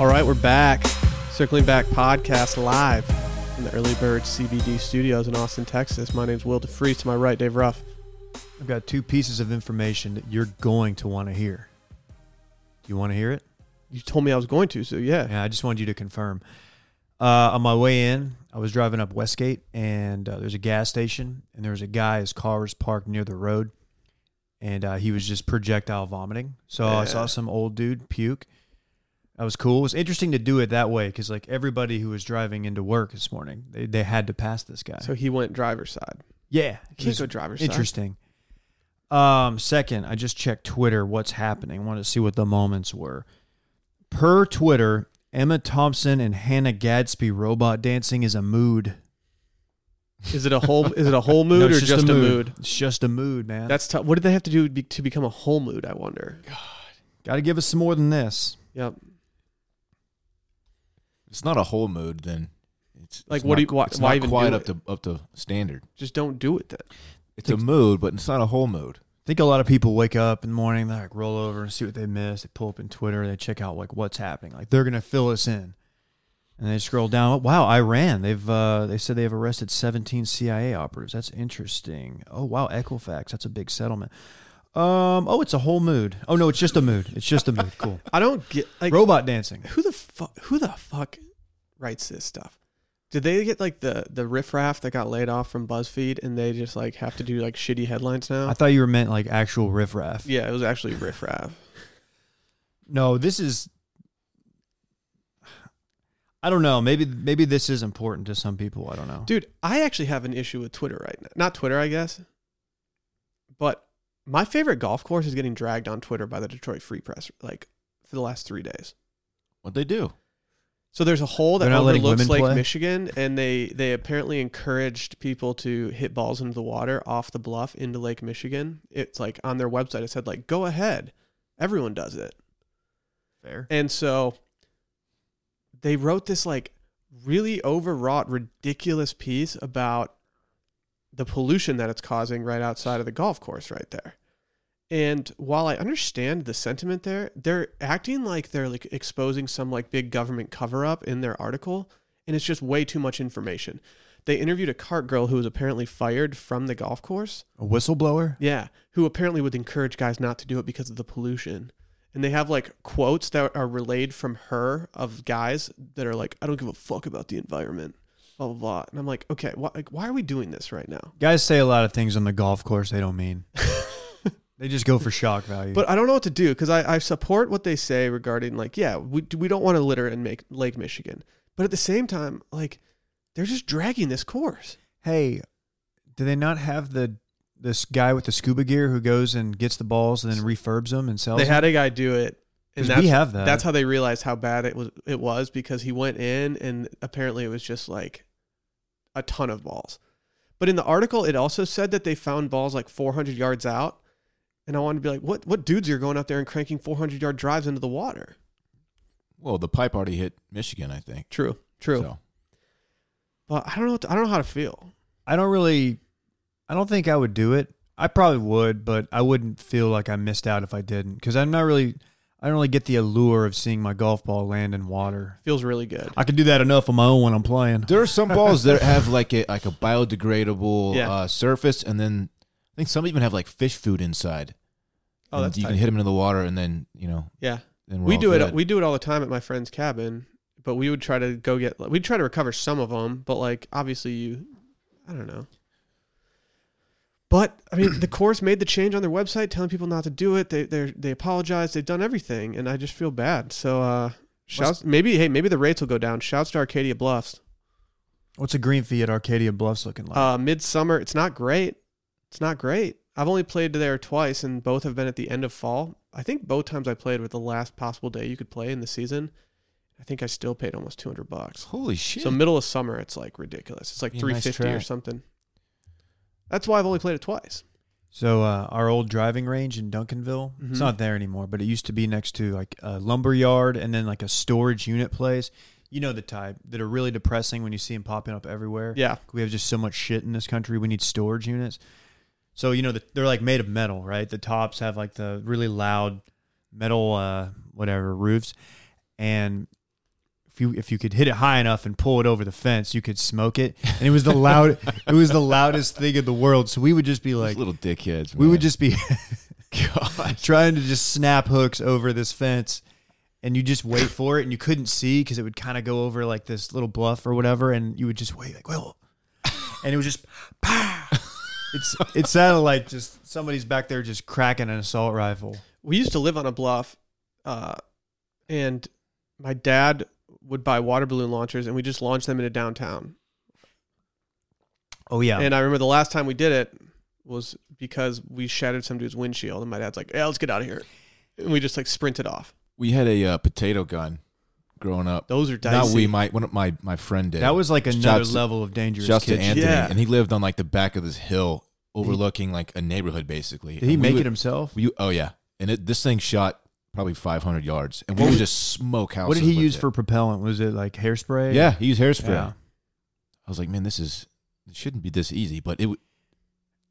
right, we're back. Circling Back podcast live in the Early Bird CBD studios in Austin, Texas. My name's Will DeFreeze. To my right, Dave Ruff. I've got two pieces of information that you're going to want to hear. Do you want to hear it? You told me I was going to, so yeah. Yeah, I just wanted you to confirm. Uh, on my way in, I was driving up Westgate, and uh, there's a gas station, and there was a guy. His car was parked near the road, and uh, he was just projectile vomiting. So I saw Yeah. some old dude puke. That was cool. It was interesting to do it that way because, like, everybody who was driving into work this morning, they, they had to pass this guy. So he went driver's side. yeah, it Can't was go driver's side. Interesting. Um, second, I just checked Twitter. What's happening? I want to see what the moments were. Per Twitter, Emma Thompson and Hannah Gadsby robot dancing is a mood. Is it a whole? Is it a whole mood No, or it's just, a mood? It's just a mood, man. That's tough. What did they have to do to, be, to become a whole mood? I wonder. Got to give us some more than this. Yep. It's not a whole mood then. It's Like, it's what not, do you- why- it's why not even quite do up to up to standard. Just don't do it then. It's a mood, but it's not a whole mood. I think a lot of people wake up in the morning, they like roll over and see what they missed. They pull up in Twitter, they check out like what's happening. Like they're gonna fill us in, and they scroll down. Oh, Wow, Iran. They've uh, they said they have arrested 17 CIA operatives. That's interesting. Oh wow, Equifax. That's a big settlement. Um. Oh, it's a whole mood. Oh no, it's just a mood. It's just a mood. Cool. I don't get like Robot dancing. who the fuck who the fuck writes this stuff? Did they get like the the riffraff that got laid off from BuzzFeed and they just like have to do like shitty headlines now? I thought you were meant like actual riffraff. yeah, it was actually riffraff. No, this is. I don't know. Maybe maybe this is important to some people. I don't know. Dude, I actually have an issue with Twitter right now. Not Twitter, I guess. But my favorite golf course is getting dragged on Twitter by the Detroit Free Press like for the last 3 days. What they do? So there's a hole that They're not letting overlooks women Lake play? Michigan, and they they apparently encouraged people to hit balls into the water off the bluff into Lake Michigan. It's like on their website, it said like go ahead, everyone does it, Fair. and so they wrote this like really overwrought, ridiculous piece about the pollution that it's causing right outside of the golf course right there. And while I understand the sentiment there, they're acting like they're like exposing some like big government cover up in their article, and it's just way too much information. They interviewed a cart girl who was apparently fired from the golf course. A whistleblower? Yeah, who apparently would encourage guys not to do it because of the pollution. And they have like quotes that are relayed from her of guys that are like, "I don't give a fuck about the environment," blah blah blah. And I'm like, okay, why, like, why are we doing this right now? Guys say a lot of things on the golf course they don't mean. they just go for shock value. But I don't know what to do because I, I support what they say regarding like, yeah, we we don't want to litter in make, Lake Michigan, but at the same time, like, they're just dragging this course. hey, do they not have the this guy with the scuba gear who goes and gets the balls and then refurbs them and sells They them? had a guy do it, and 'Cause that's we have that. That's how they realized how bad it was. It was because he went in and apparently it was just like a ton of balls. But in the article, it also said that they found balls like 400 yards out. And I wanted to be like, what what dudes are going out there and cranking 400 yard drives into the water? Well, the pipe already hit Michigan, I think. True, true. So, But I don't know. What to- I don't know how to feel. I don't really I don't think I would do it. I probably would, but I wouldn't feel like I missed out if I didn't cuz I'm not really I don't really get the allure of seeing my golf ball land in water. Feels really good. I can do that enough on my own when I'm playing. there are some balls that have like a like a biodegradable Yeah. uh, surface, and then I think some even have like fish food inside. Oh, And that's you tight. can hit them into the water, and then you know. yeah. Then we're We all do it. good. We do it all the time at my friend's cabin. But we would try to go get. We'd try to recover some of them. But like obviously you, I don't know. But I mean, the course made the change on their website, telling people not to do it. They they they apologize. They've done everything, and I just feel bad. So uh, shouts maybe hey maybe the rates will go down. Shouts to Arcadia Bluffs. What's a green fee at Arcadia Bluffs looking like? Uh, midsummer. It's not great. It's not great. I've only played there twice, and both have been at the end of fall. I think both times I played were the last possible day you could play in the season. I think I still paid almost two hundred bucks. Holy shit! So middle of summer, it's like ridiculous. It's like Be a nice three fifty or track. something. That's why I've only played it twice. So uh, our old driving range in Duncanville, Mhm. it's not there anymore, but it used to be next to like a lumber yard and then like a storage unit place. You know the type that are really depressing when you see them popping up everywhere. Yeah, We have just so much shit in this country. We need storage units. So you know the, they're like made of metal, right? The tops have like the really loud metal, uh, whatever roofs, and if you if you could hit it high enough and pull it over the fence, you could smoke it. And it was the loud it was the loudest thing in the world. So we would just be Those like little dickheads. we would man. just be trying to just snap hooks over this fence and you just wait for it and you couldn't see because it would kind of go over like this little bluff or whatever and you would just wait like well and it was just pow. it's it sounded like just somebody's back there just cracking an assault rifle we used to live on a bluff, uh, and my dad would buy water balloon launchers, and we just launched them into downtown. oh yeah And I remember the last time we did it was because we shattered some dude's windshield, and my dad's like, "Yeah, let's get out of here," and we just like sprinted off. we had a uh, potato gun growing up. Those are dicey. Not we, my one of my my friend did. that was like another Shouts to- level of dangerous Shouts to kitchen. Anthony, Yeah. and he lived on like the back of this hill, overlooking like a neighborhood, basically. did he And we make would- it himself We, oh yeah, and it, this thing shot probably 500 yards, and we would just smoke houses. what did he with use it. for propellant was it like hairspray Yeah, he used hairspray. Yeah. I was like, man, this is it shouldn't be this easy, but it. would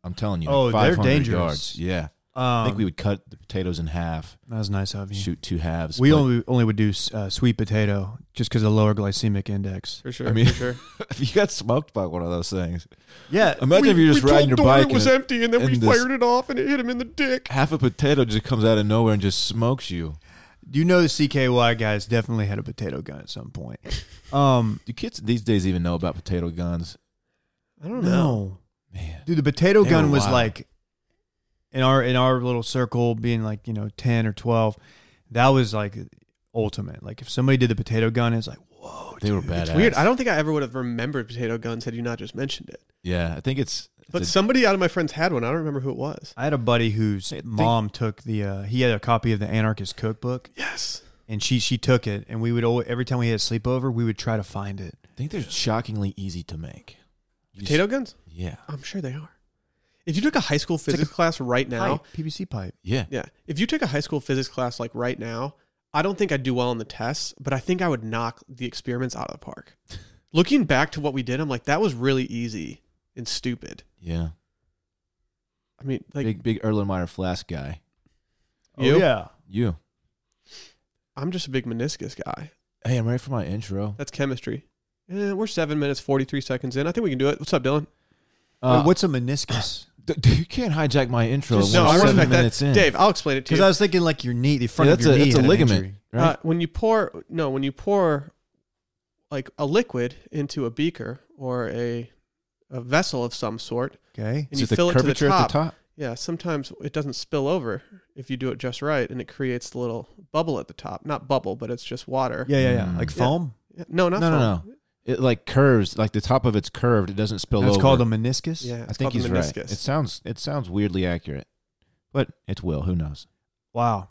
I'm telling you, Oh, like they're 500 dangerous. yards. Yeah, um, I think we would cut the potatoes in half, that was nice of you shoot two halves. we but- only only would do uh, sweet potato just because of the lower glycemic index. for sure. I mean- for sure. if you got smoked by one of those things, Yeah, imagine if you're just riding your bike It and was it- empty, and then we and this- fired it off, and it hit him in the dick. half a potato just comes out of nowhere and just smokes you. you know the CKY guys definitely had a potato gun at some point. Um, Do kids these days even know about potato guns? I don't know. no, Man, dude, the potato They gun were was wild. like in our in our little circle, being like you know ten or twelve. That was like ultimate. Like if somebody did the potato gun, it's like whoa, they were dude. badass. Weird. I don't think I ever would have remembered potato guns had you not just mentioned it. Yeah, I think it's. But it's a- somebody out of my friends had one. I don't remember who it was. I had a buddy whose mom took the uh, he had a copy of the Anarchist Cookbook. Yes. and she she took it and we would always, every time we had a sleepover we would try to find it I think they're shockingly easy to make. You just- Potato guns? yeah, I'm sure they are. If you took a high school like physics class right now, Pipe, pvc pipe yeah. yeah. If you took a high school physics class like right now, I don't think I'd do well on the tests, but I think I would knock the experiments out of the park. Looking back to what we did, I'm like, that was really easy and stupid. Yeah, I mean, like, big big Erlenmeyer flask guy. You? Oh, yeah You. I'm just a big meniscus guy. Hey, I'm ready for my intro. That's chemistry. Eh, we're seven minutes, 43 seconds in. I think we can do it. What's up, Dylan? Uh, Wait, what's a meniscus d- d- you can't hijack my intro. Just- when no, we're I seven respect minutes that. in. Dave, I'll explain it to because you. i was thinking like your knee the front Yeah, of that's your a- knee that's a had an ligament. injury. right? Uh, when you pour, no, when you pour like a liquid into a beaker or a a vessel of some sort, okay and Is you it the fill it to the curvature top, at the top? yeah, sometimes it doesn't spill over if you do it just right, and it creates the little bubble at the top. Not bubble, but it's just water. yeah yeah yeah Mm. like Mm-hmm. Yeah. foam Yeah, No, not No, no, foam. It like curves, like the top of it's curved. It doesn't spill that's over. called a meniscus Yeah, I it's think called he's the right. meniscus. It sounds it sounds weirdly accurate, but it will. Who knows? wow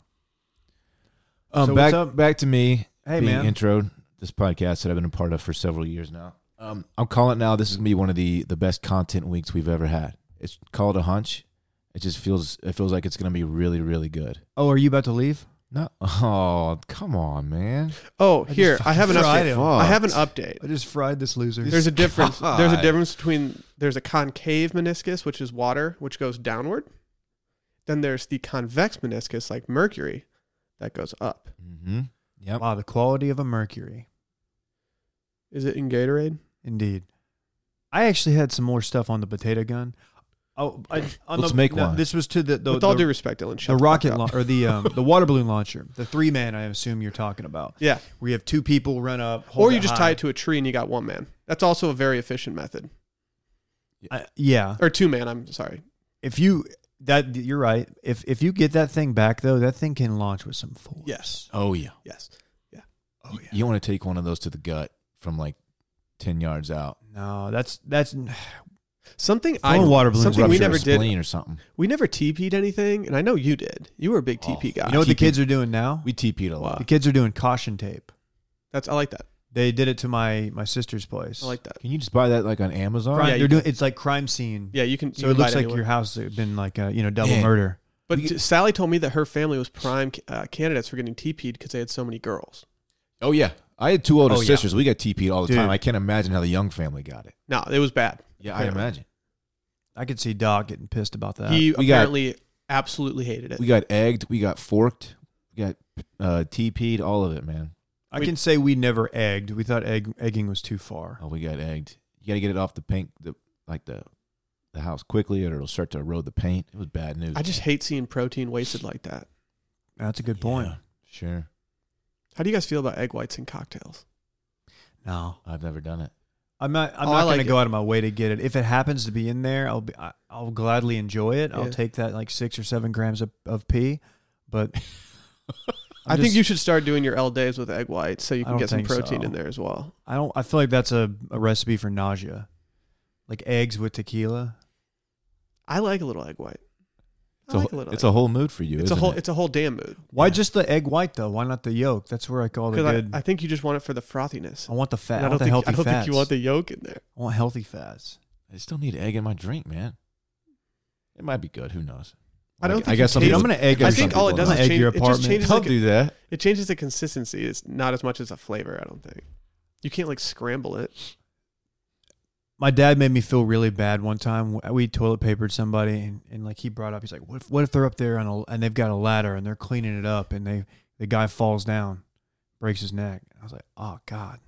Um, So what's back up? back to me hey being man introed this podcast that I've been a part of for several years now. Um, I'm calling it now. This is gonna be one of the the best content weeks we've ever had. It's called a hunch. It just feels it feels like it's gonna be really really good. oh are you about to leave No, oh come on, man. Oh, just here I fucking have an fried update. him. I have an Fucked. update. i just fried this loser There's a difference. There's a God. difference between there's a concave meniscus, which is water, which goes downward. Then there's the convex meniscus, like mercury, that goes up. Mm-hmm. Yep. wow the quality of a mercury Is it in Gatorade? indeed i actually had some more stuff on the potato gun oh I, on Let's the, make no, one. this was to the, the With all the- due respect, Dylan, shut the fuck rocket up. launch or the um, the water balloon launcher, the three man. I assume you're talking about. Yeah. where you have two people run up, or you just tie it to a tree and you got one man. That's also a very efficient method. Uh, yeah, Or two man, I'm sorry. if you that you're right. If if you get that thing back though, that thing can launch with some force. Yes. Oh yeah. Yes. Oh You want to take one of those to the gut from like ten yards out. No, that's that's Something I Throwing water balloons something rupture we a never did. spleen or something. We never TP'd anything, and I know you did. You were a big TP guy. you know what the keep it- kids are doing now. We TP'd a lot. the kids are doing caution tape. That's I like that. They did it to my my sister's place. I like that. Can you just buy that like on Amazon? Crime- Yeah, you they're doing it's like crime scene. Yeah, you can. So you it can buy looks like anywhere. your house has been like a, you know double Yeah. murder. But We- t- Sally told me that her family was prime uh, candidates for getting TP'd because they had so many girls. Oh yeah, I had two older Oh, yeah. sisters. We got TP'd all the Dude. time. I can't imagine how the young family got it. No, it was bad. Yeah, I imagine. I could see Doc getting pissed about that. he we got- apparently absolutely hated it. We got egged. We got forked. We got uh, TP'd. All of it, man. I We- can say we never egged. We thought egg egging was too far. Oh, we got egged. You got to get it off the paint, the like the the house quickly, or it'll start to erode the paint. It was bad news. I just hate seeing protein wasted like that. That's a good point. Yeah, Sure, How do you guys feel about egg whites in cocktails? No, I've never done it. I'm not. I'm Oh, I not like going it. to go out of my way to get it. If it happens to be in there, I'll be. I, I'll gladly enjoy it. Yeah. I'll take that like six or seven grams of, of pee. But i think you should start doing your L days with egg whites so you I can don't get some think protein so. in there as well. I don't. I feel like that's a, a recipe for nausea. Like eggs with tequila. I like a little egg white. It's, I like a, a whole- little. it's egg- a whole mood for you. it's a isn't whole. it? It's a whole damn mood. Why Yeah. just the egg white though? Why not the yolk? That's where I call the Because good. I, I, I think you just want it for the frothiness. want the fat. And I, I don't want the think healthy I don't fats. think you want the yolk in there. I want healthy fats. I still need egg in my drink, man. It might be good. Who knows? I don't Like, think I you guess some taste- Dude, I'm people- gonna egg. I there's think some all it people does is that egg change. your It just apartment. changes. Don't like a- do that. it changes the consistency. It's not as much as a flavor. I don't think. You can't like scramble it. my dad made me feel really bad one time. We toilet papered somebody, and, and like he brought up, he's like, "What if, what if they're up there on a, and they've got a ladder and they're cleaning it up, and they the guy falls down, breaks his neck." I was like, "Oh God,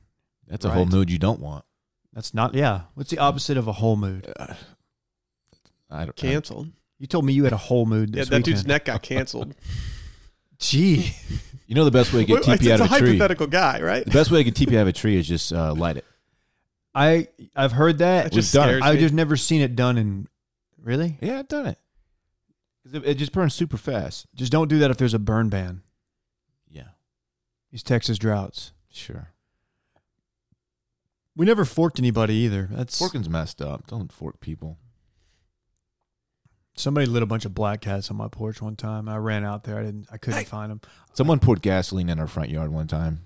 That's a whole Right. mood you don't want. that's not yeah. What's the opposite of a whole mood? I don't. I, Canceled. You told me you had a whole mood Yeah, this that dude's weekend. neck got canceled. Gee, you know the best way to get Wait, it's TP out it's a of a tree. hypothetical guy, right? The best way to get TP out of a tree is just uh, light it. I I've heard That that. just done it. scares I've me. just never seen it done in really. Yeah, I've done it. 'Cause It, it just burns super fast. Just don't do that if there's a burn ban. Yeah, These Texas droughts. sure. We never forked anybody either. That's Forking's messed up. Don't fork people. Somebody lit a bunch of black cats on my porch one time. I ran out there. I didn't. I couldn't Hey. find them. Someone poured gasoline in our front yard one time.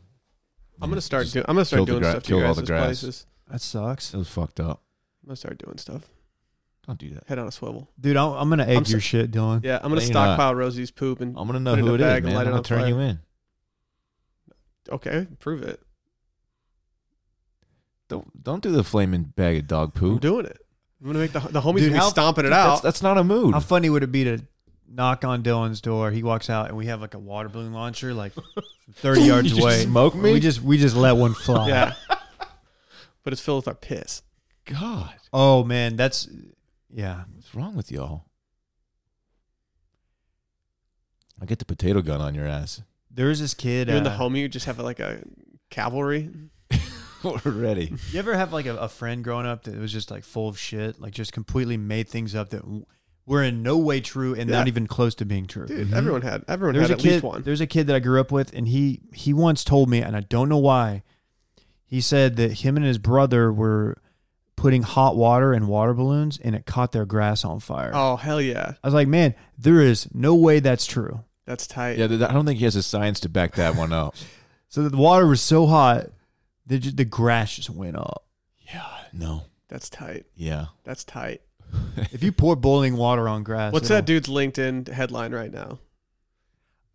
I'm gonna Just- start just- doing. I'm gonna start killed the doing gra- stuff to you killed all guys' the grass. places. That sucks, It was fucked up. I'm gonna start doing stuff. Don't do that. Head on a swivel. dude. I'm, I'm gonna egg I'm so- your shit, Dylan. Yeah, I'm gonna No, you're not. Oh. stockpile Rosie's poop and I'm gonna know Put it in who a it is, bag and man. light I'm it gonna on turn fire. you in. okay, prove it. Don't don't do the flaming bag of dog I'm poo. doing it. I'm gonna make the the homies Dude, be how- stomping it That's out. that's not a mood. How funny would it be to knock on Dylan's door? He walks out, and we have like a water balloon launcher, like thirty yards You just away. smoke me? We just we just let one fly. yeah, but it's filled with our piss. God, Oh man, that's yeah. what's wrong with y'all? I get the potato gun on your ass There was this kid. You and the uh, homie, you just have like a cavalry. Mm-hmm. already. You ever have like a, a friend growing up that was just like full of shit, like just completely made things up that w- were in no way true and Yeah. not even close to being true. Dude, everyone had everyone There's had a at kid. least one. There's a kid that I grew up with, and he he once told me, and I don't know why. He said that him and his brother were putting hot water in water balloons, and it caught their grass on fire. Oh hell yeah, I was like, man, there is no way that's true. that's tight. Yeah, th- I don't think he has the science to back that one up. So the water was so hot that ju- the grass just went up. yeah, no, That's tight. yeah. That's tight. If you pour boiling water on grass, What's that dude's it'll- LinkedIn headline right now?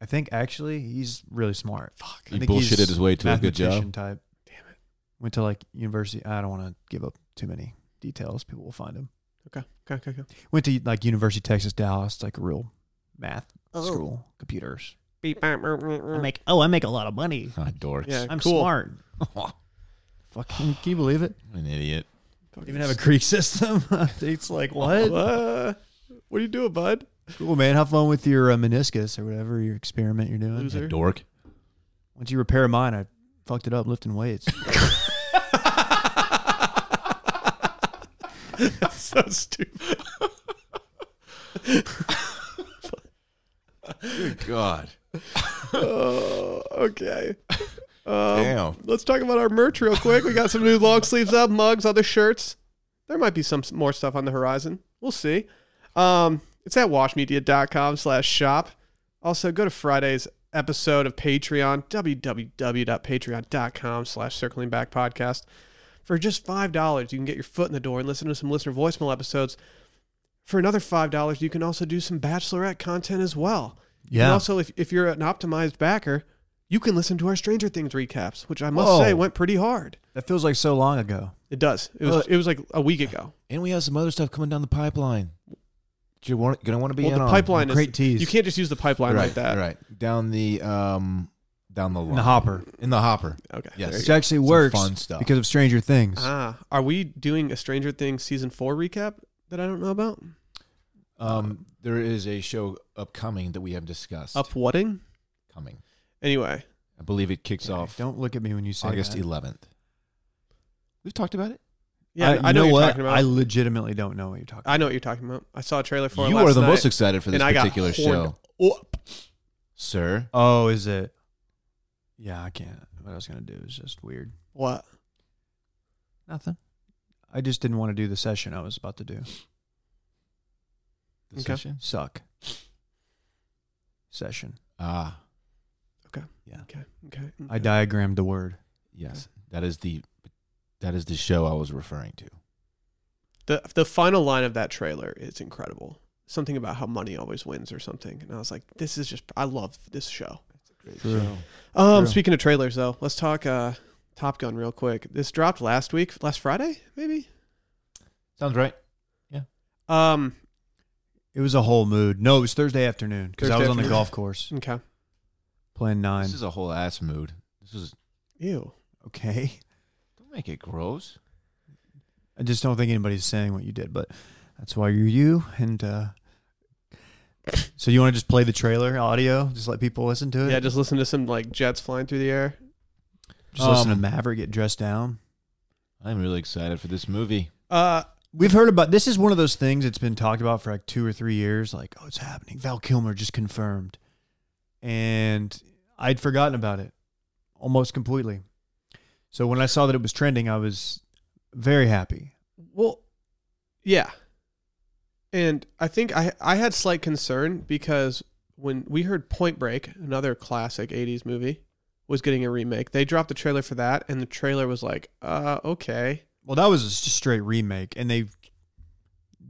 I think actually he's really smart. Fuck. I He think he's bullshitted his way to a good mathematician job. Type. Damn it. Went to like university. I don't want to give up too many details. People will find him. Okay, okay, okay. okay. Went to like University of Texas Dallas, It's, like a real math school, computers. I make oh, I make a lot of money. Ah, dorks. Yeah. I'm Cool. smart. Fucking, can you believe it? An idiot. Even have a Greek system. it's like what? Uh, what are you doing, bud? cool, man. Have fun with your uh, meniscus or whatever your experiment you're doing. Loser. Dork. Once you repair mine, I fucked it up lifting weights. That's so stupid. Good God. Oh, okay. Um, Damn. Let's talk about our merch real quick. We got some new long sleeves up, mugs, other shirts. There might be some s- more stuff on the horizon. We'll see. Um, it's at washmedia.com slash shop. Also, go to Friday's episode of Patreon, www.patreon.com slash circling back podcast. For just $5, you can get your foot in the door and listen to some listener voicemail episodes. For another $5, you can also do some bachelorette content as well. You can Yeah. also, if, if you're an optimized backer, you can listen to our Stranger Things recaps, which I must Whoa. say went pretty hard. that feels like so long ago. It does. It was Well, it was like a week ago. And we have some other stuff coming down the pipeline. You're want, gonna want to be Well, in the on. pipeline is Great tease. you can't just use the pipeline right, like that. Right down the um down the line. in the hopper. In the hopper. Okay. there Yes. you Which go. actually Some works fun stuff. because of Stranger Things. Ah, are we doing a Stranger Things season four recap that I don't know about? Um, there is a show upcoming that we have discussed. Up whatting? Coming. Anyway, I believe it kicks Okay, off Don't look at me when you say August that. 11th. We've talked about it. yeah, I, you know, what what you're talking about. I I, legitimately legitimately don't know what you're know talking. what you're talking about. I saw a trailer for it you last are the night, most excited for this and I got particular horned show, up. sir. about. Oh, is it? Yeah, I can't. What I was gonna do is just weird. What? Nothing. I just didn't want to do the session I was about to do. The Okay. session? Suck. Session. Ah, Okay. I diagrammed the word. yes. That is the that is the show I was referring to. The the final line of that trailer is incredible. Something about how money always wins or something. And I was like, this is just I love this show. True. Um, True. speaking of trailers though, let's talk uh Top Gun real quick. This dropped last week, last Friday, maybe? Sounds right. Um, It was a whole mood. No, it was Thursday afternoon because I Thursday was on the afternoon. golf course okay. playing nine. This is a whole ass mood. This is Ew. okay. don't make it gross. I just don't think anybody's saying what you did, but that's why you're you. And uh, so you want to just play the trailer audio, just let people listen to it. Yeah, just listen to some like jets flying through the air. Just listen to Um, Maverick get dressed down. I'm really excited for this movie. Uh We've heard about this is one of those things that's been talked about for like two or three years. Like, oh, it's happening. Val Kilmer just confirmed, and I'd forgotten about it almost completely. So when I saw that it was trending, I was very happy. Well, yeah. And I think I I had slight concern because when we heard Point Break, another classic 80s movie, was getting a remake, they dropped the trailer for that and the trailer was like, "Uh, okay." Well, that was just a straight remake, and they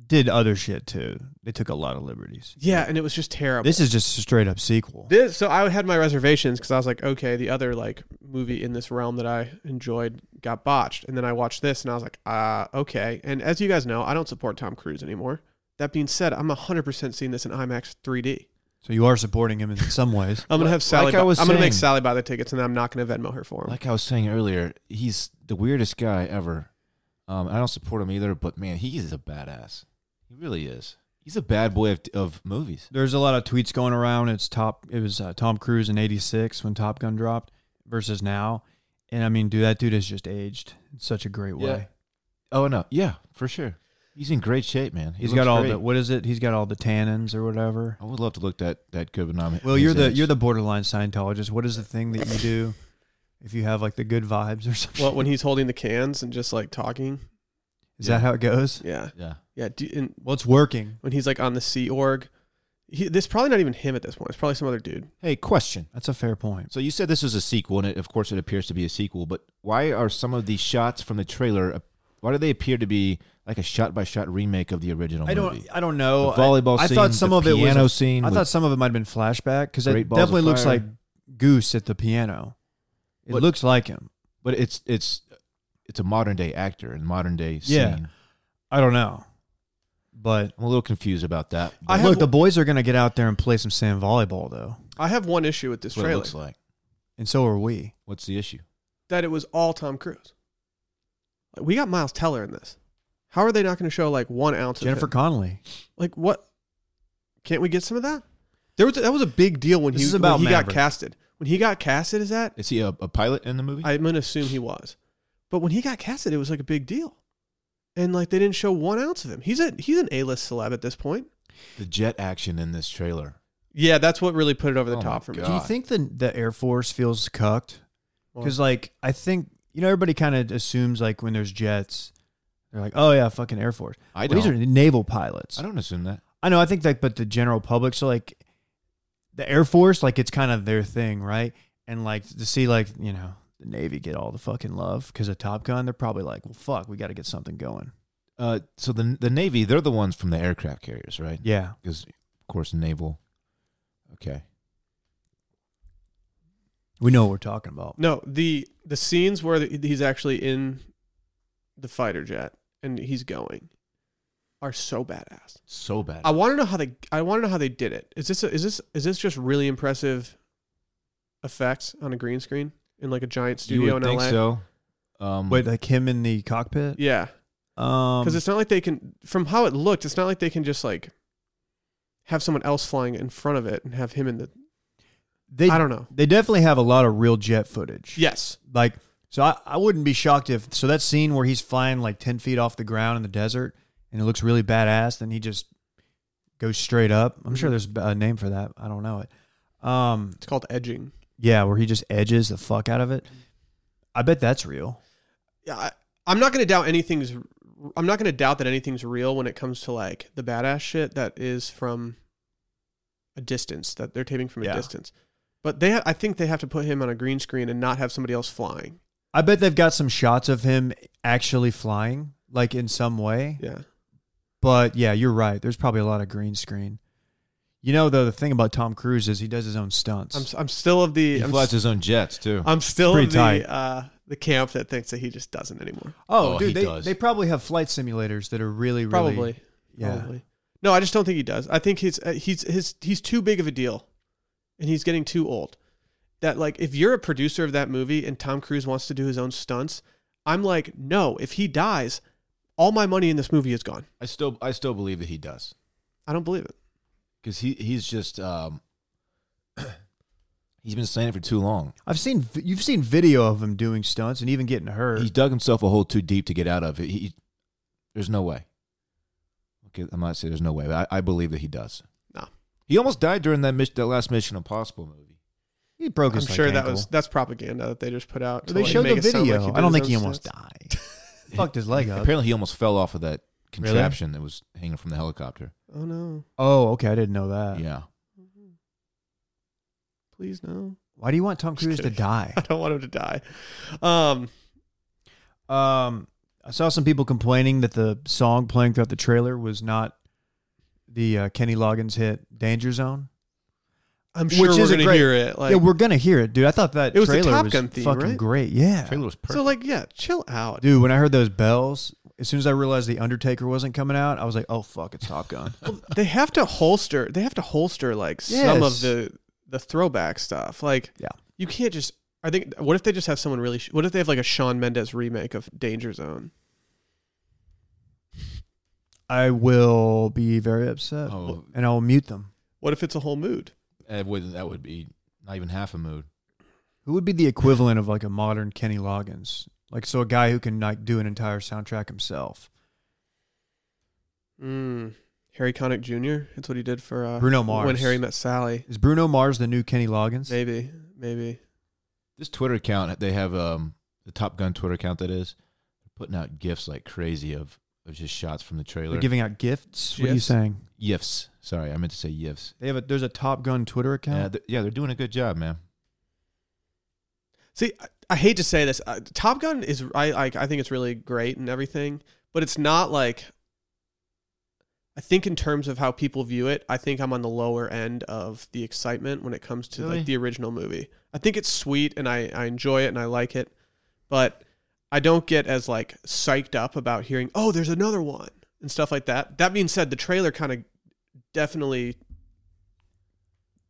did other shit too. They took a lot of liberties. Yeah, and it was just terrible. This is just a straight up sequel. This- so I had my reservations because I was like, okay, the other like movie in this realm that I enjoyed got botched, and then I watched this and I was like, uh, okay. And as you guys know, I don't support Tom Cruise anymore. That being said, I'm 100% seeing this in IMAX 3D. so you are supporting him in some ways. I'm gonna Like- have Sally. like I buy, was I'm gonna make saying. Sally buy the tickets, and I'm not gonna Venmo her for them. Like I was saying earlier, he's the weirdest guy ever. Um, I don't support him either, but man, he is a badass. He really is. He's a bad boy of, of movies. There's a lot of tweets going around. It's top. It was uh, Tom Cruise in '86 when Top Gun dropped versus now, and I mean, dude, that dude has just aged in such a great way. Yeah. Oh no, yeah, for sure. He's in great shape, man. He He's looks got all great. the what is it? He's got all the tannins or whatever. I would love to look that that good, but I'm Well, you're the you're the borderline Scientologist. What is the thing that you do if you have like the good vibes or something? well, when he's holding the cans and just like talking, is Yeah. that how it goes? yeah, yeah. yeah. Do, and Well, it's working. when he's like on the Sea Org, he, this probably not even him at this point. It's probably some other dude. Hey, question. That's a fair point. So you said this was a sequel, and it, of course, it appears to be a sequel. But why are some of these shots from the trailer? Why do they appear to be like a shot-by-shot remake of the original I don't. movie? I don't know. The volleyball I, scene, I thought some the of it piano was. scene. I with- thought some of it might have been flashback because Great it balls of definitely looks fire. like Goose at the piano. It What- looks like him. but it's it's it's a modern day actor and modern day scene. Yeah. I don't know, but I'm a little confused about that. I but have look, w- the boys are gonna get out there and play some sand volleyball though, I have one issue with this that's what it trailer looks like. and so are we. What's the issue? that it was all Tom Cruise. Like, we got Miles Teller in this. How are they not gonna show like one ounce? Jennifer of him? Connelly. like what? Can't we get some of that? There was that was a big deal when This he is about when he got Maverick. casted. When he got casted, is that Is he a, a pilot in the movie? I'm gonna assume he was. But when he got casted, it was like a big deal, and like they didn't show one ounce of him. He's a he's an A-list celeb at this point. the jet action in this trailer. Yeah, that's what really put it over the Oh top my for God. me. Do you think the the Air Force feels cucked? Well- Because like I think you know everybody kind of assumes like when there's jets, they're like, oh yeah, fucking Air Force. I Well, don't. These are naval pilots. I don't assume that. I know. I think that, but the general public, so like the Air Force, like it's kind of their thing, right? And like to see, like you know, the Navy get all the fucking love because of Top Gun, they're probably like, well, fuck, we got to get something going. Uh, so the the Navy, they're the ones from the aircraft carriers, right? Yeah, Because of course naval. Okay. we know what we're talking about. No, the the scenes where the, he's actually in the fighter jet and he's going are so badass. So bad. I want to know how they I want to know how they did it. Is this a, is this is this just really impressive effects on a green screen in like a giant you studio would in think LA? so. Um, Wait, like him in the cockpit? Mm. Yeah, Um, because it's not like they can. From how it looked, it's not like they can just like have someone else flying in front of it and have him in the. they I don't know. they definitely have a lot of real jet footage. Yes, Like, so I, I wouldn't be shocked if so that scene where he's flying like ten feet off the ground in the desert and it looks really badass, then he just goes straight up. I'm sure Mhm. there's a name for that. I don't know it. Um, it's called edging. yeah, where he just edges the fuck out of it. I bet that's real. Yeah, I, I'm not gonna doubt anything's. I'm not gonna doubt that anything's real when it comes to like the badass shit that is from a distance that they're taping from a Yeah. distance. But they, ha- I think they have to put him on a green screen and not have somebody else flying. I bet they've got some shots of him actually flying, like in some way. Yeah. But yeah, you're right. There's probably a lot of green screen. You know, though, the thing about Tom Cruise is he does his own stunts. I'm, s- I'm still of the. he I'm, flies s- his own jets too. I'm still Pretty of tight. the uh, the camp that thinks that he just doesn't anymore. oh, Oh, he dude, they, does. they probably have flight simulators that are really, really Probably. yeah. Probably. No, I just don't think he does. I think he's uh, he's his he's too big of a deal, and he's getting too old. That like if you're a producer of that movie and Tom Cruise wants to do his own stunts, I'm like, no. If he dies, all my money in this movie is gone. I still I still believe that he does I don't believe it. because he he's just um, he's been saying it for too long. I've seen vi- you've seen video of him doing stunts and even getting hurt. He dug himself a hole too deep to get out of. He, he there's no way. Okay, I'm not saying there's no way, but I, I believe that he does. No. he almost died during that mission, that last Mission Impossible movie. he broke I'm his. sure like, that ankle. was that's propaganda that they just put out. to, They like, showed make the it sound like video. he did I don't his think own he almost stunts. died. Fucked his leg up. Apparently, he almost fell off of that Really? contraption that was hanging from the helicopter. Oh no! Oh, okay. I didn't know Uh, that. yeah, Please no! Why do you want Tom Just Cruise to kidding. die? I don't want him to die. Um, Um, I saw some people complaining that the song playing throughout the trailer was not the uh, Kenny Loggins hit "Danger Zone." I'm Which sure is we're a gonna great- hear it. Like, yeah, we're gonna hear it, dude. I thought that It was the trailer Top was Gun theme, fucking right? great. Yeah, trailer was perfect. so like yeah, chill out. dude. When I heard those bells, as soon as I realized the Undertaker wasn't coming out, I was like, "Oh fuck, it's Top Gun." Well, they have to holster. They have to holster like some of Yes. the the throwback stuff. Like, Yeah. you can't just. I think. What if they just have someone really? Sh- what if they have like a Sean Mendes remake of Danger Zone? I will be very uh, upset, Oh, and I will mute them. What if it's a whole mood? that would that would be not even half a mood. Who would be the equivalent of like a modern Kenny Loggins? Like, so a guy who can like do an entire soundtrack himself. Mm. Harry Connick Jr. That's what he did for uh, Bruno Mars. when Harry met Sally. Is Bruno Mars the new Kenny Loggins? Maybe, maybe. This Twitter account they have um the Top Gun Twitter account that is putting out gifs like crazy of of just shots from the trailer. They're giving out gifts. What are you Gifts? saying? Yifs. Sorry, I meant to say yifs. They have a there's a Top Gun Twitter Yeah, account. they're, yeah, they're doing a good job, man. See, I, I hate to say this. Uh, Top Gun is I like I think it's really great and everything, but it's not like I think in terms of how people view it, I think I'm on the lower end of the excitement when it comes to Really? like the original movie. I think it's sweet and I I enjoy it and I like it, but I don't get as like psyched up about hearing, "Oh, there's another one." and stuff like that. That being said, the trailer kind of definitely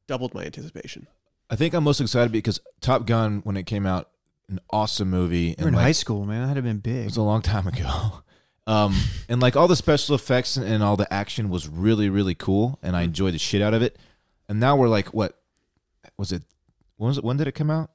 doubled my anticipation. I think I'm most excited because Top Gun when it came out, an awesome movie. You're in high school, man. That had have been It big. was a long time ago. Um, and like all the special effects and, and all the action was really, really cool, and I enjoyed the shit out of it. And now we're like, what was it? When was it? When did it come out?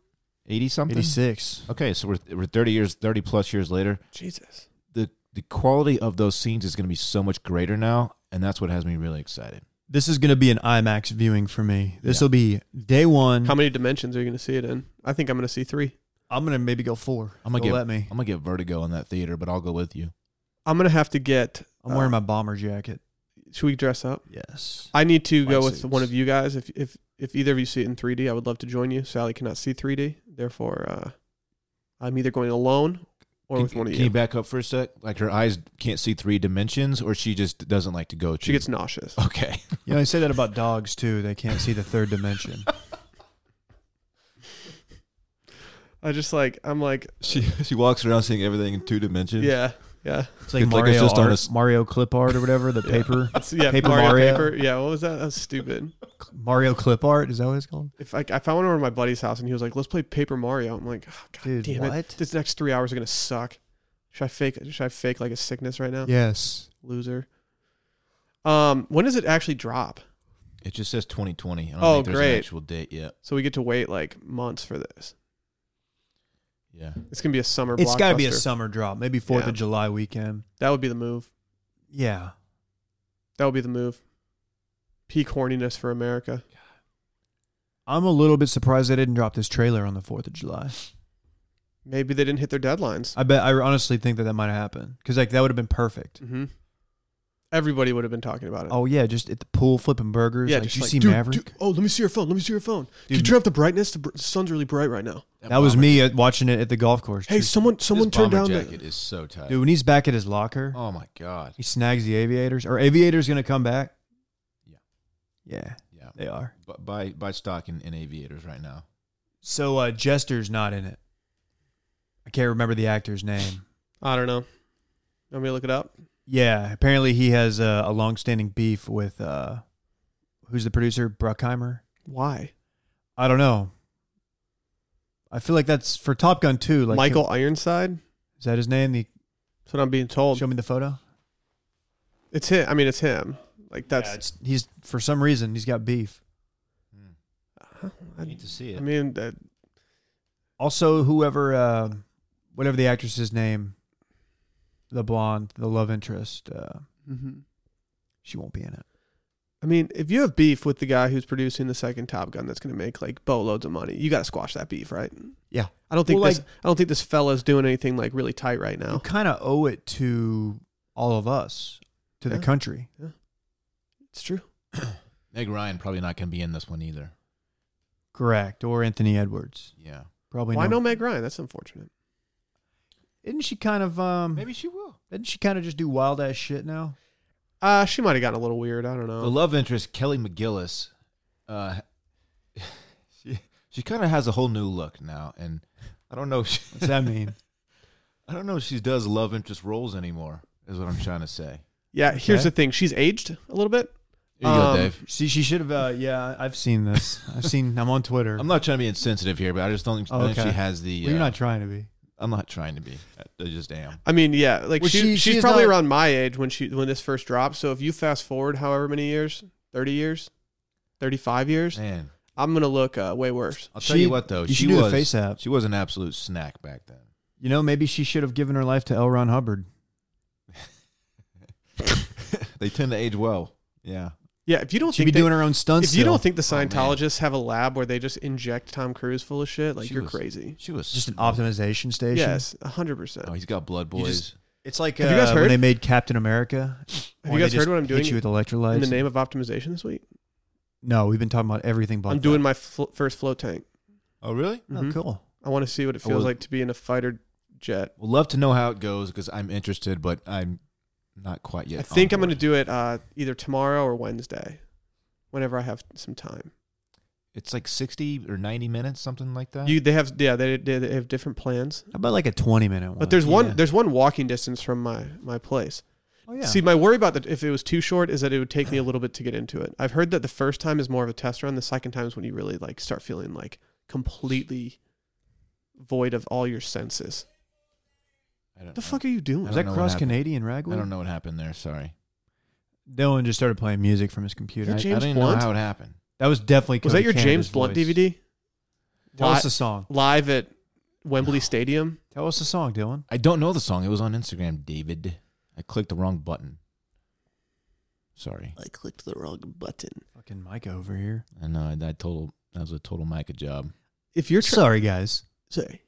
Eighty something. Eighty six. Okay, so we're we're thirty years, thirty plus years later. Jesus. The the quality of those scenes is going to be so much greater now, and that's what has me really excited. This is gonna be an IMAX viewing for me. This will be day one. How many dimensions are you going to see it in? I think I'm going to see three. I'm gonna maybe go four. I'm gonna They'll get- let me. I'm gonna get vertigo in that theater, but I'll go with you. I'm going to have to get. I'm wearing my bomber jacket. Should we dress up? Yes. I need to go White with suits. one of you guys. If if if either of you see it in 3D, I would love to join you. Sally cannot see 3D, therefore, uh, I'm either going alone or can, with one of can you. back up for a sec? Like her eyes can't see three dimensions, or she just doesn't like to go. To. She gets nauseous. okay. You know, they say that about dogs too. They can't see the third dimension. I just like I'm like She she walks around seeing everything in two dimensions. yeah. Yeah. It's like It's like Mario, it's just on art- a s- Mario clip art or whatever. The paper That's, yeah. Paper Mario, Mario. paper. Yeah. What was that? That's stupid. Mario clip art is that what it's called? If I, if I went over to my buddy's house and he was like, "Let's play Paper Mario," I'm like, oh, "God Dude, damn what? it! This next three hours are gonna suck." Should I fake? Should I fake like a sickness right now? Yes. Loser. Um, when does it actually drop? It just says 2020. I don't Oh, think there's great. an actual date yet. So we get to wait like months for this. Yeah. It's gonna be a summer. It's got to be a blockbuster. summer drop, maybe Fourth Yeah. of July weekend. That would be the move. Yeah. That would be the move. Peak horniness for America. I'm a little bit surprised they didn't drop this trailer on the Fourth of July. Maybe they didn't hit their deadlines. I bet I honestly think that that might have happened because like that would have been perfect. hmm Everybody would have been talking about it. Oh yeah, just at the pool flipping burgers. yeah, like, just did you like, see "Dude, Maverick? dude, oh, let me see your phone. Let me see your phone. Can you Dude, turn up the brightness? The, br- the sun's really bright right now. that was me at, watching it at the golf course. Hey, Just- someone, someone This bomber turned down jacket the. is so tight. dude, when he's back at his locker, Oh my god. he snags the aviators. Are aviators gonna come back? Yeah. Yeah, Yeah. they are. Bu- buy buy stock in, in aviators right now. So uh, Jester's not in it. I can't remember the actor's name. I don't know. Let me to look it up. Yeah, apparently he has a, a long-standing beef with uh, who's the producer, Bruckheimer. Why? I don't know. I feel like that's for Top Gun too. Like Michael Ironside. is that his name? The, That's what I'm being told. show me the photo. It's him. I mean, it's him. Like Yeah, that's. it's- he's for some reason he's got beef. Hmm. I need to see I it. mean, that, Also, whoever, uh, whatever the actress's name, the blonde, the love interest, uh, she won't be in it. I mean, if you have beef with the guy who's producing the second Top Gun, that's going to make like boatloads of money. You got to squash that beef, right? Yeah. I don't think Well, this. I don't think this fella's doing anything like really tight right You now. kind of owe it to all of us, to the Yeah. country. It's true. Meg Ryan probably not going to be in this one either. Correct, or Anthony Edwards, Yeah. probably. Why no. no Meg Ryan? That's unfortunate. Isn't she kind of um? Maybe she will. Didn't she kind of just do wild ass shit now? Uh, she might have gotten a little weird. I don't Um, know. The love interest Kelly McGillis, uh, she she kind of has a whole new look now, and I don't know. If she, What's that mean? I don't know if she does love interest roles anymore. Is what I'm trying to say. yeah. Here's Okay. the thing. She's aged a little bit. Here you Um, go, Dave. See, she should have. Uh, yeah, I've seen this. I've seen. I'm on Twitter. I'm not trying to be insensitive here, but I just don't think, I Oh, think okay. she has the. Well, uh, You're not trying to be. I'm not trying to be. I just am. I mean, yeah. Like Well, she, she- she's she's probably not- around my age when she when this first dropped. So if you fast forward however many years, thirty years, thirty five years, Man, I'm gonna look uh, way worse. I'll tell She- you what though. you she should do the was face app. she was an absolute snack back then. You know, maybe she should have given her life to L. Ron Hubbard. They tend to age well. Yeah. Yeah. If you don't She'd think be they- doing her own stunts. if you still. don't think the Oh, man. Scientologists have a lab where they just inject Tom Cruise full of shit, like She you're was- crazy. She was just an optimization station. Yes, hundred percent. Oh, he's got blood boys. just- It's like Have you guys uh, when heard? they made Captain America. Have when you guys they heard just what I'm doing Hit you with electrolytes. in the name of optimization this week? No, we've been talking about everything. Black I'm doing my fl- first float tank. oh, really? Panther. Mhm. Oh, cool. I want to see what it I feels will- like to be in a fighter jet. Would love to know how it goes because I'm interested, but I'm not quite yet. I think I'm going to do it uh, either tomorrow or Wednesday, whenever I have some time. It's like 60 or 90 minutes, something like that. You they have yeah they they they have different plans, How about like a 20 minute one? but there's yeah. one there's one walking distance from my my place. oh, yeah. See, my worry about that if it was too short is that it would take me a little bit to get into it. I've heard that the first time is more of a test run. The second time is when you really like start feeling like completely void of all your senses. I don't The know. fuck are you doing? was I don't that know what cross happened. Canadian I don't ragweed? know what happened there. Sorry. Dylan just started playing music from his I, computer. That I James didn't Blunt? know how it happened. That was definitely. Was Cody that your Canada's James Blunt voice. DVD? Tell Li- us a song. live at Wembley Stadium. Tell us a song, Dylan. I don't know the song. It was on Instagram, David. I clicked the wrong button. Sorry. I clicked the wrong button. Fucking Micah over here. I know. I, I total. That was a total Micah job. If you're try- Sorry, guys. sorry,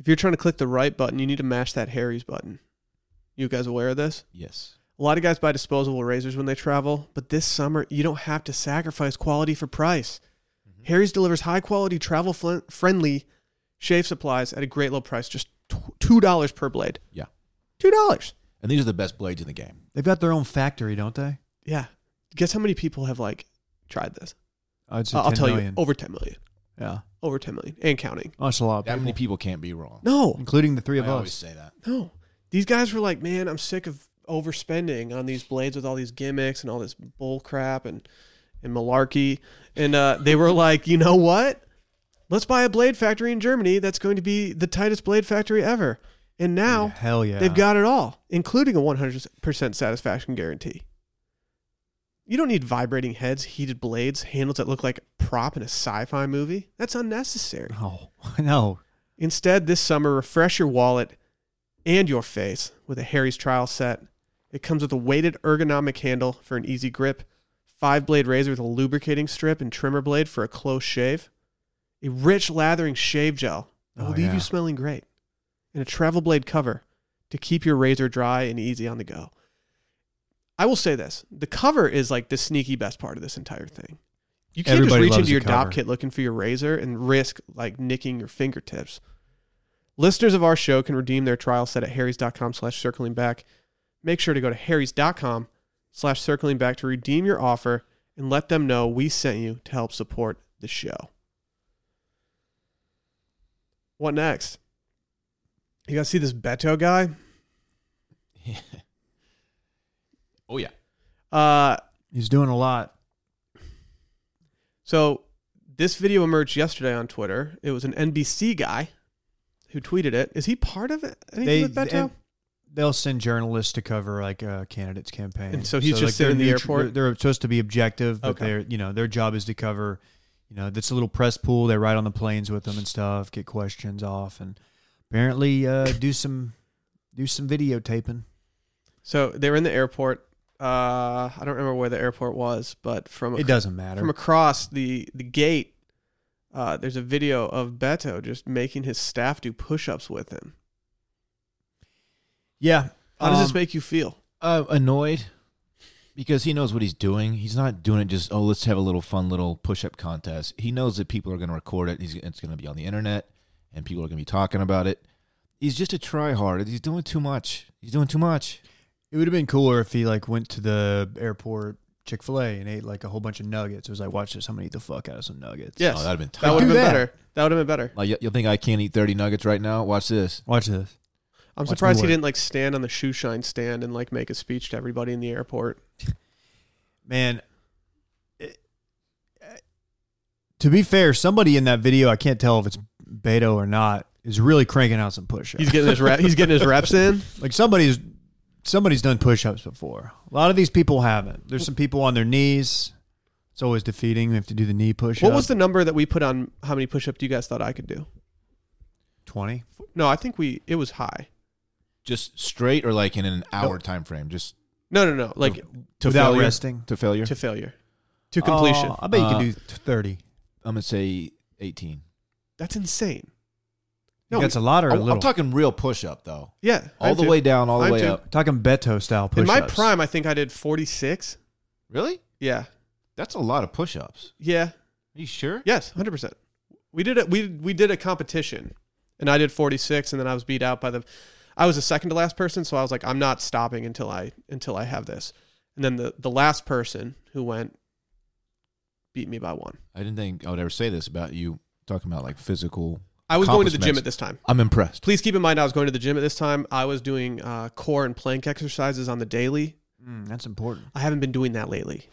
if you're trying to click the right button, you need to mash that Harry's button. You guys aware of this? Yes. A lot of guys buy disposable razors when they travel, but this summer you don't have to sacrifice quality for price. Harry's delivers high quality, travel fl- friendly shave supplies at a great low price, just tw- $2 per blade. Yeah. $2. And these are the best blades in the game. They've got their own factory, don't they? Yeah. Guess how many people have like tried this? Oh, it's I'll- I'll 10 tell million. you, over 10 million. Yeah, Oh, Over 10 million and counting. that's a lot. Of That people, many people can't be wrong. No, including the three of I us. always say that. no. these guys were like, man, I'm sick of overspending on these blades with all these gimmicks and all this bull crap and and malarkey. And uh, they were like, you know what? Let's buy a blade factory in Germany that's going to be the tightest blade factory ever. And now hell yeah, they've got it all, including a 100% satisfaction guarantee. You don't need vibrating heads, heated blades, handles that look like a prop in a sci fi movie. That's unnecessary. Oh no, Instead, this summer, refresh your wallet and your face with a Harry's trial set. It comes with a weighted ergonomic handle for an easy grip, five blade razor with a lubricating strip and trimmer blade for a close shave, a rich lathering shave gel that will Oh, leave yeah. you smelling great, and a travel blade cover to keep your razor dry and easy on the go. I will say this the cover is like the sneaky best part of this entire thing. You can't Everybody just reach loves into the your cover. dop kit looking for your razor and risk like nicking your fingertips. Listeners of our show can redeem their trial set at harrys.com slash circling back. Make sure to go to harrys.com slash circling back to redeem your offer and let them know we sent you to help support the show. What next? You guys see this Beto guy? Oh yeah. Uh, he's doing a lot. So this video emerged yesterday on Twitter. It was an NBC guy who tweeted it. Is he part of it? Anything They- with Beto? and- They'll send journalists to cover like a candidate's campaign. And so he's just they're sitting in the neutral- airport? They're, they're supposed to be objective, but Okay. they're you know their job is to cover. You know, that's a little press pool. They ride on the planes with them and stuff, get questions off, and apparently uh, do some do some videotaping. so they were in the airport. Uh, I don't remember where the airport was, but from It doesn't matter. from across the the gate, uh, there's a video of Beto just making his staff do push-ups with him. yeah. How does um, this make you feel? Uh, annoyed because he knows what he's doing. He's not doing it just oh let's have a little fun little push up contest. He knows that people are going to record it. He's it's going to be on the internet and people are going to be talking about it. He's just a try hard. He's doing too much. He's doing too much. It would have been cooler if he like went to the airport Chick Fil A and ate like a whole bunch of nuggets. It was like, watch this, I'm gonna eat the fuck out of some nuggets. Yes, Oh, that'd have been that tight. would have do been that. better. That would have been better. Like you- you'll think I can't eat thirty nuggets right now. Watch this. Watch this. I'm Watch me surprised he work. didn't like stand on the shoe shine stand and like make a speech to everybody in the airport. Man. it- To be fair, somebody in that video, I can't tell if it's Beto or not, is really cranking out some push ups. He's getting his rep, he's getting his reps in. like somebody's somebody's done push ups before. A lot of these people haven't. There's some people on their knees. It's always defeating. They have to do the knee push up. What was the number that we put on how many push-ups you guys thought I could do? twenty? No, I think we it was high. Just straight or like in an hour Nope. time frame. Just No, no, no, like to Without failure. resting? To failure. to failure, to completion. Oh, I bet you Uh, can do thirty. I'm gonna say eighteen. That's insane. No, No, that's a lot or a I'm, little. I'm talking real push up though. Yeah, All I the did. way down, all the I'm way too. up. Talking Beto style push in my prime. I think I did 46. Really? Yeah, That's a lot of push ups. yeah, Are you sure? yes, 100. percent We did it. We we did a competition, and I did 46, and then I was beat out by the. I was the second to last person, so I was like, I'm not stopping until I until I have this. And then the the last person who went beat me by one. I didn't think I would ever say this about you talking about like physical. I was going to the gym Accomplishments. at this time. I'm impressed. Please keep in mind, I was going to the gym at this time. I was doing uh, core and plank exercises on the daily. Mm, that's important. I haven't been doing that lately.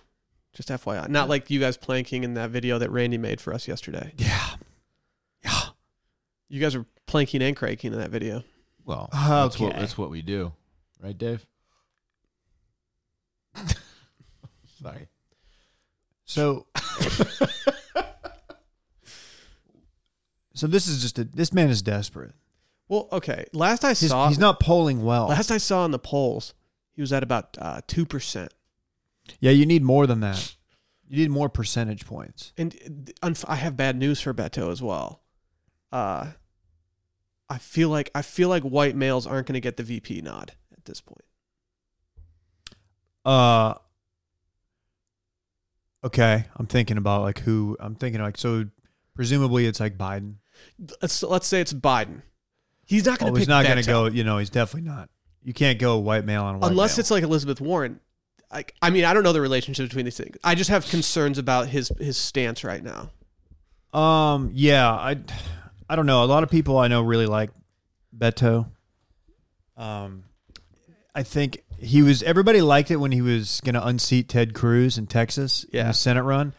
Just FYI, not like you guys planking in that video that Randy made for us yesterday. Yeah. Yeah. You guys were planking and cranking in that video. Well, Okay. that's, what, that's what we do, right, Dave? Sorry. So So this is just a this man is desperate. Well, okay. Last I His- saw, he's not polling well. last I saw in the polls, he was at about uh, two percent. yeah, you need more than that. You need more percentage points. And uh, unf- I have bad news for Beto as well. Uh, I feel like I feel like white males aren't going to get the VP nod at this point. Uh Okay, I'm thinking about like who I'm thinking like so presumably it's like Biden. Let's let's say it's Biden. He's not going Oh, to pick he's not going Beto. to go, you know, he's definitely not. You can't go white male on white unless male. it's like Elizabeth Warren. I, I mean, I don't know the relationship between these things. I just have concerns about his his stance right now. Um. Yeah. I. I don't know. A lot of people I know really like Beto. Um. I think he was. Everybody liked it when he was going to unseat Ted Cruz in Texas in Yeah. the Senate run,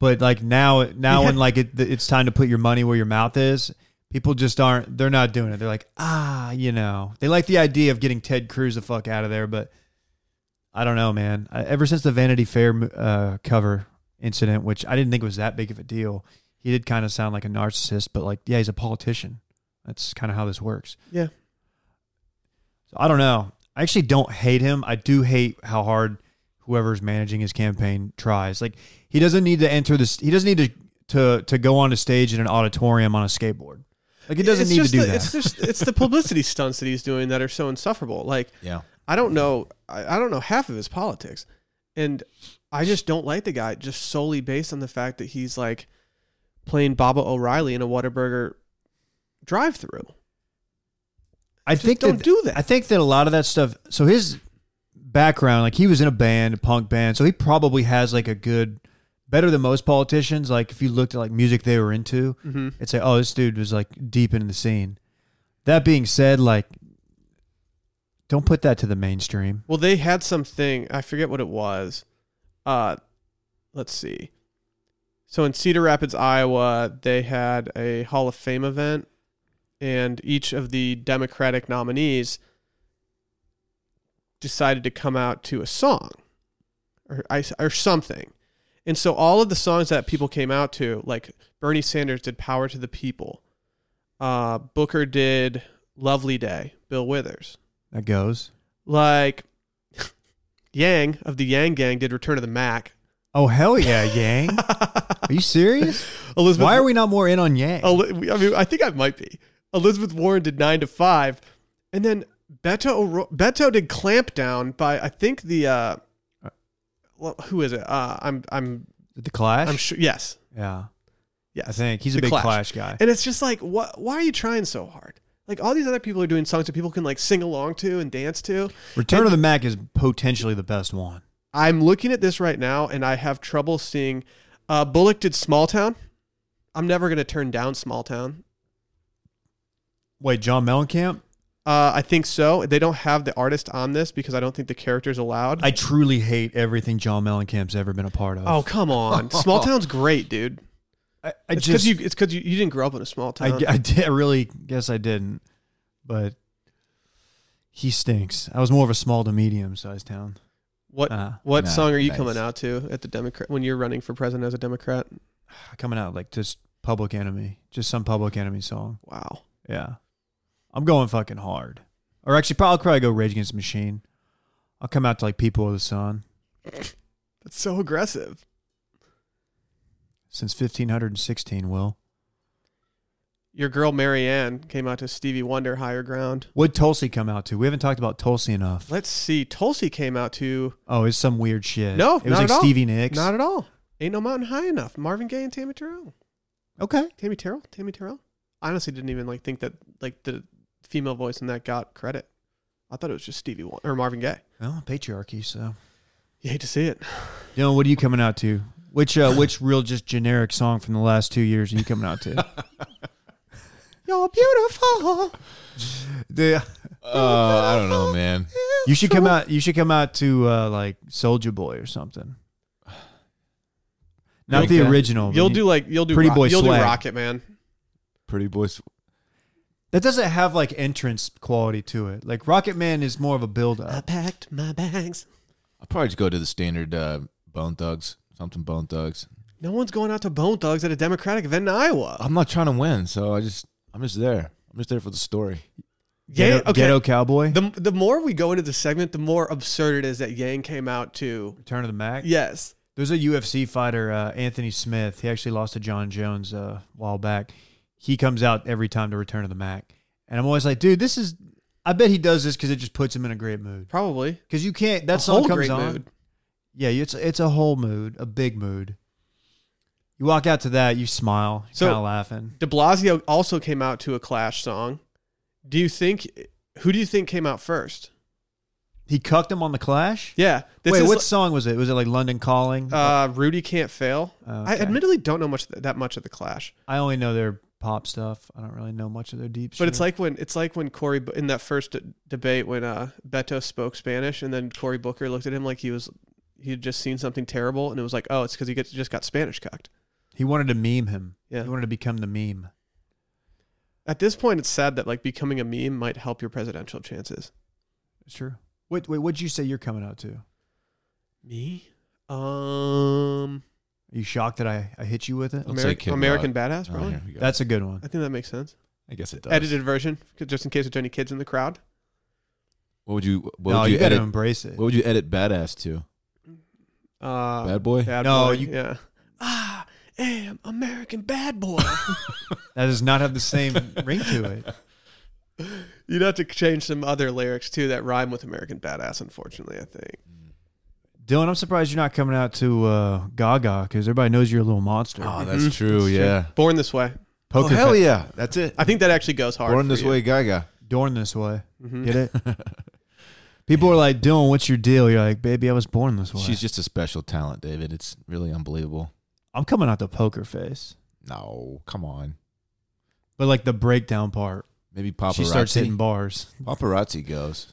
but like now, now He had- when like it, it's time to put your money where your mouth is, people just aren't. They're not doing it. They're like, ah, you know, they like the idea of getting Ted Cruz the fuck out of there, but I don't know, man. I, ever since the Vanity Fair uh, cover incident, which I didn't think was that big of a deal, he did kind of sound like a narcissist, but like, yeah, he's a politician. That's kind of how this works. Yeah. So I don't know. I actually don't hate him. I do hate how hard whoever's managing his campaign tries. Like he doesn't need to enter this. He doesn't need to to to go on a stage in an auditorium on a skateboard. Like he doesn't It's need to just do the- that. It's just it's the publicity stunts that he's doing that are so insufferable. Like Yeah. I don't know. I, I don't know half of his politics, and I just don't like the guy just solely based on the fact that he's like playing Baba O'Reilly in a Whataburger drive-through. I think don't that, do that. I think that a lot of that stuff. So his background, like he was in a band, a punk band, so he probably has like a good, better than most politicians. Like if you looked at like music they were into, Mm-hmm. it's like oh this dude was like deep in the scene. That being said, like don't put that to the mainstream. Well, they had something. I forget what it was. Uh, let's see. So in Cedar Rapids, Iowa, they had a Hall of Fame event, and each of the Democratic nominees decided to come out to a song, or I- or something. And so all of the songs that people came out to, like Bernie Sanders did "Power to the People," uh, Booker did "Lovely Day," Bill Withers That goes. like Yang of the Yang Gang did Return of the Mac. Oh hell yeah, Yang! Are you serious? Elizabeth, Why are we not more in on Yang? Eli- we- I mean, I think I might be. Elizabeth Warren did Nine to Five, and then Beto O'Ro- Beto did Clamp Down by I think the uh, well, who is it? Uh, I'm I'm The Clash. I'm sure. Yes, yeah, yes. I think he's a The big Clash. Clash guy. And it's just like, what? Why are you trying so hard? Like all these other people are doing songs that people can like sing along to and dance to. Return of the Mac is potentially the best one. I'm looking at this right now and I have trouble seeing uh Bullock did Small Town. I'm never gonna turn down Small Town. Wait, John Mellencamp? Uh, I think so. They don't have the artist on this because I don't think the character's allowed. I truly hate everything John Mellencamp's ever been a part of. oh come on, Small Town's great, dude. I, I It's because just, you it's because you, you didn't grow up in a small I, town. I did, I really guess I didn't, but he stinks. I was more of a small to medium sized town. what Uh, what nah, song are you nice. coming out to at the Democrat when you're running for president as a Democrat? coming out like just Public Enemy, just some Public Enemy song. Wow, Yeah, I'm going fucking hard. Or actually, probably, I'll probably go Rage Against the Machine. I'll come out to like People of the Sun. that's so aggressive. Since 1516, Will. Your girl Marianne came out to Stevie Wonder, Higher Ground. What'd Tulsi come out to? We haven't talked about Tulsi enough. Let's see. Tulsi came out to Oh, it's some weird shit. No, it was not like at all. Stevie Nicks. Not at all. Ain't no mountain high enough. Marvin Gaye and Tammy Terrell. okay. Tammy Terrell. Tammy Terrell. I honestly didn't even like think that like the female voice in that got credit. I thought it was just Stevie Wonder or Marvin Gaye. Well, patriarchy. So, You hate to see it. Dylan, what are you coming out to? Which uh, which real just generic song from the last two years are you coming out to? You're beautiful. the, Uh, I don't know, man. you should come out. You should come out to uh, like Soldier Boy or something. Not Like the that? original. but You'll you- do like you'll do Pretty rock, Boy you'll Swag. do Rocket Man. Pretty boys. that. Doesn't have like entrance quality to it. Like Rocket Man is more of a build up. packed my bags. I'll probably just go to the standard uh, Bone Thugs, something Bone Thugs. No one's going out to Bone Thugs at a Democratic event in Iowa. I'm not trying to win, so I just I'm just there. I'm just there for the story. Yeah, Ghetto, Ghetto Cowboy. The the more we go into the segment, the more absurd it is that Yang came out to. Return of the Mac. Yes. There's a UFC fighter, uh, Anthony Smith. He actually lost to John Jones uh, a while back. He comes out every time to Return of the Mac, and I'm always like, dude, this is. I bet he does this because it just puts him in a great mood. Probably. Because you can't. That A song whole comes great on. mood. Yeah, it's it's a whole mood, a big mood. You walk out to that, you smile, So- kind of laughing. De Blasio also came out to a Clash song. Do you think? Who do you think came out first? He cucked him on the Clash. Yeah. This Wait, is what song was it? Was it like London Calling? Uh, Rudy can't fail. Oh, I okay. admittedly don't know much that much of the Clash. I only know their pop stuff. I don't really know much of their deep shit. But it's like when it's like when Cory Bu- in that first d- debate when uh, Beto spoke Spanish and then Cory Booker looked at him like he was he had just seen something terrible and it was like oh it's because he gets, just got Spanish cocked. he wanted to meme him. Yeah. He wanted to become the meme. At this point, it's sad that like becoming a meme might help your presidential chances. It's true. Wait, wait, what'd you say you're coming out to? Are Me, um, you shocked that I, I hit you with it? Looks Ameri- like Kid American badass, Oh, probably. here we go. That's a good one. I think that makes sense. I guess it does. Edited version, c- just in case there's any kids in the crowd. What would you? What no, would you, you, gotta edit? embrace it. What would you edit? Badass to Uh, bad boy. bad No, boy, you- yeah. I Ah, am American bad boy. That does not have the same ring to it. You'd have to change some other lyrics too that rhyme with American badass. Unfortunately, I think. Dylan, I'm surprised you're not coming out to uh, Gaga because everybody knows you're a little monster. Oh, Mhm. that's true. Yeah. Born this way. Oh Poker hell fa- yeah, that's it. I think that actually goes hard. Born for this you. way, Gaga. Dorn this way. Mm. Mhm. Get it? People are like, Dylan, what's your deal? You're like, baby, I was born this way. She's just a special talent, David. It's really unbelievable. I'm coming out to poker face. No, come on. But like the breakdown part, Maybe paparazzi. she starts hitting bars. paparazzi goes.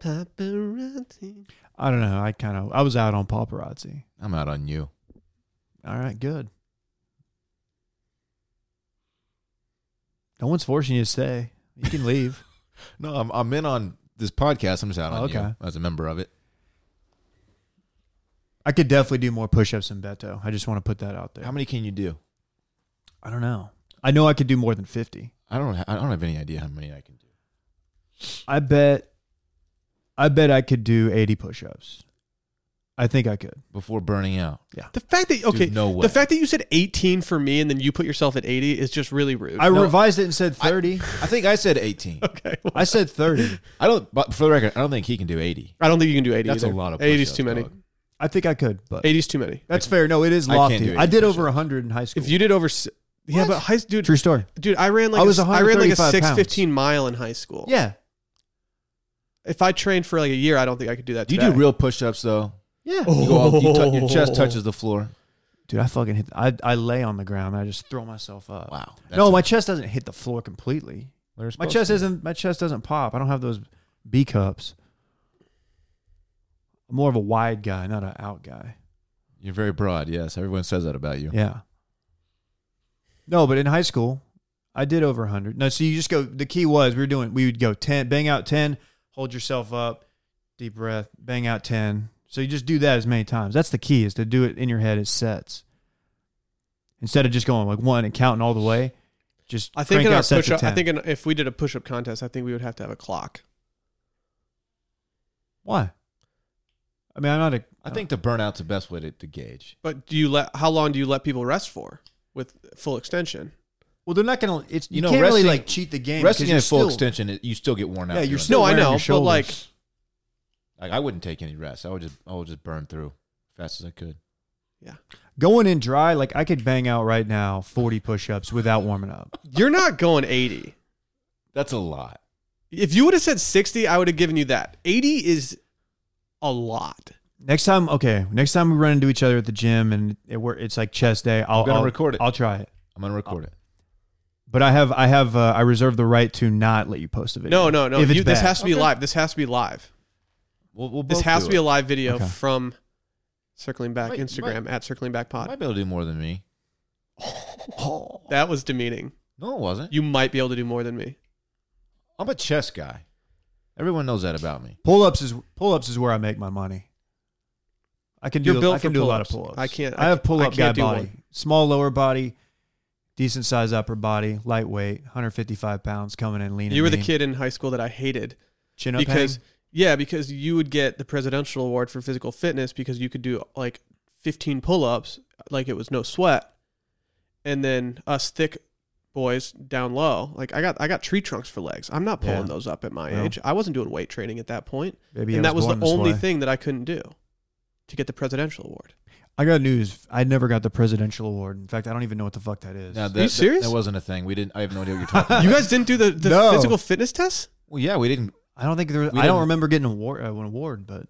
Paparazzi. I don't know. I kind of I was out on paparazzi. I'm out on you. All right, good. No one's forcing you to stay. You can leave. No, I'm I'm in on this podcast. I'm just out on Oh, okay. you as a member of it. I could definitely do more push-ups than Beto. I just want to put that out there. How many can you do? I don't know. I know I could do more than 50. I don't. ha- I don't have any idea how many I can do. I bet I bet I could do 80 push-ups. I think I could. Before burning out. The fact that okay, Dude, no way. the fact that you said 18 for me and then you put yourself at 80 is just really rude. I No. revised it and said I- 30. I think I said 18. okay. well, I said 30. I don't. But for the record, I don't think he can do 80. I don't think you can do 80. That's a either. lot of 80 is push-ups, too many. dog. I think I could, but 80 is too many. that's fair. No, it is I can't lofty. do 80 I, did over push-ups. 100 in high school. If you did over, s- yeah, What? but high, dude, True story. dude, I ran like I a was s- I ran like a 135 pounds. 615 mile in high school. Yeah. If I trained for like a year, I don't think I could do that. Do you do today. real push-ups though? Yeah. Oh. You go all, you tou- your chest touches the floor. Dude, I fucking hit. I, I lay on the ground. And I just throw myself up. Wow. no, my chest doesn't hit the floor completely. My chest isn't. My chest doesn't pop. I don't have those B cups. I'm more of a wide guy, not an out guy. You're very broad. Yes, everyone says that about you. Yeah. No, but in high school, I did over 100. No, so you just go. The key was we were doing. We would go 10, bang out 10, hold yourself up, deep breath, bang out 10. So you just do that as many times. That's the key is to do it in your head as sets. Instead of just going like one and counting all the way, just I think crank in our out sets push of up, I 10. think in, if we did a push up contest, I think we would have to have a clock. why? I mean, I'm not a. I think the burnout's the best way to, to gauge. But do you let how long do you let people rest for with full extension? Well, they're not gonna. It's you, You know, can't really resting- like cheat the game. Resting in because a you're full still- extension, it- you still get worn out. Yeah, you're doing still No, I wearing know, your but, like- shoulders. it. Like I wouldn't take any rest. I would just I would just burn through fast as I could. going in dry, like I could bang out right now 40 push ups without warming up. You're not going 80. That's a lot. If you would have said 60, I would have given you that. 80 is a lot. Next time, okay, next time we run into each other at the gym and it, we it's like chest day, I'll, I'm gonna I'll- record it. I'll try it. I'm gonna record it. But I have, I have, uh, I reserve the right to not let you post a video. No, no, no. If it's You, this bad. has to be Okay. live. This has to be live. We'll, we'll This both has do to be it. a live video Okay. from Circling Back Might- Instagram at Circling Back You Pod. might be able to do more than me. That was demeaning. No, it wasn't. You might be able to do more than me. I'm a chess guy. Everyone knows that about me. Pull ups is pull ups is where I make my money. I can do, You're built I can for do a lot of pull pull-ups. ups. I can't- I, I have can't- pull I up guy can't do body, one. small lower body, decent size upper body, lightweight, 155 pounds coming in lean. and You were the mean. kid in high school that I hated chin up because hang. yeah, because you would get the presidential award for physical fitness because you could do like 15 pull-ups like it was no sweat. And then us thick boys down low. Like I got I got tree trunks for legs. I'm not pulling Yeah. those up at my Well. age. I wasn't doing weight training at that point. Maybe I and that was born the this only way. thing that I couldn't do to get the presidential award. I got news. I never got the presidential award. In fact, I don't even know what the fuck that is. Now, that, you that- serious? That, wasn't a thing. We didn't. I have no idea what you're talking. about. You guys didn't do the, the No. physical fitness test? Well, yeah, we didn't. I don't think there. We I don't didn't- remember getting an award, uh, an award, but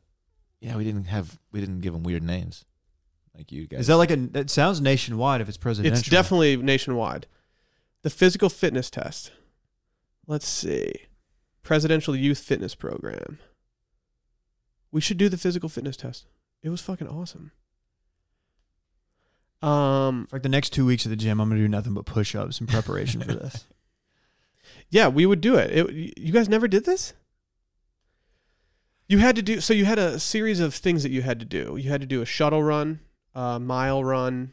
Yeah, we didn't have. We didn't give them weird names. Like you guys. Is that like a? That sounds nationwide if it's presidential. It's definitely nationwide. The physical fitness test. Let's see. Presidential Youth Fitness Program. We should do the physical fitness test. It was fucking awesome. Um For like the next two weeks at the gym, I'm gonna do nothing but push-ups in preparation for this. yeah, we would do it. it. You guys never did this? You had to do so you had a series of things that you had to do. You had to do a shuttle run, a mile run,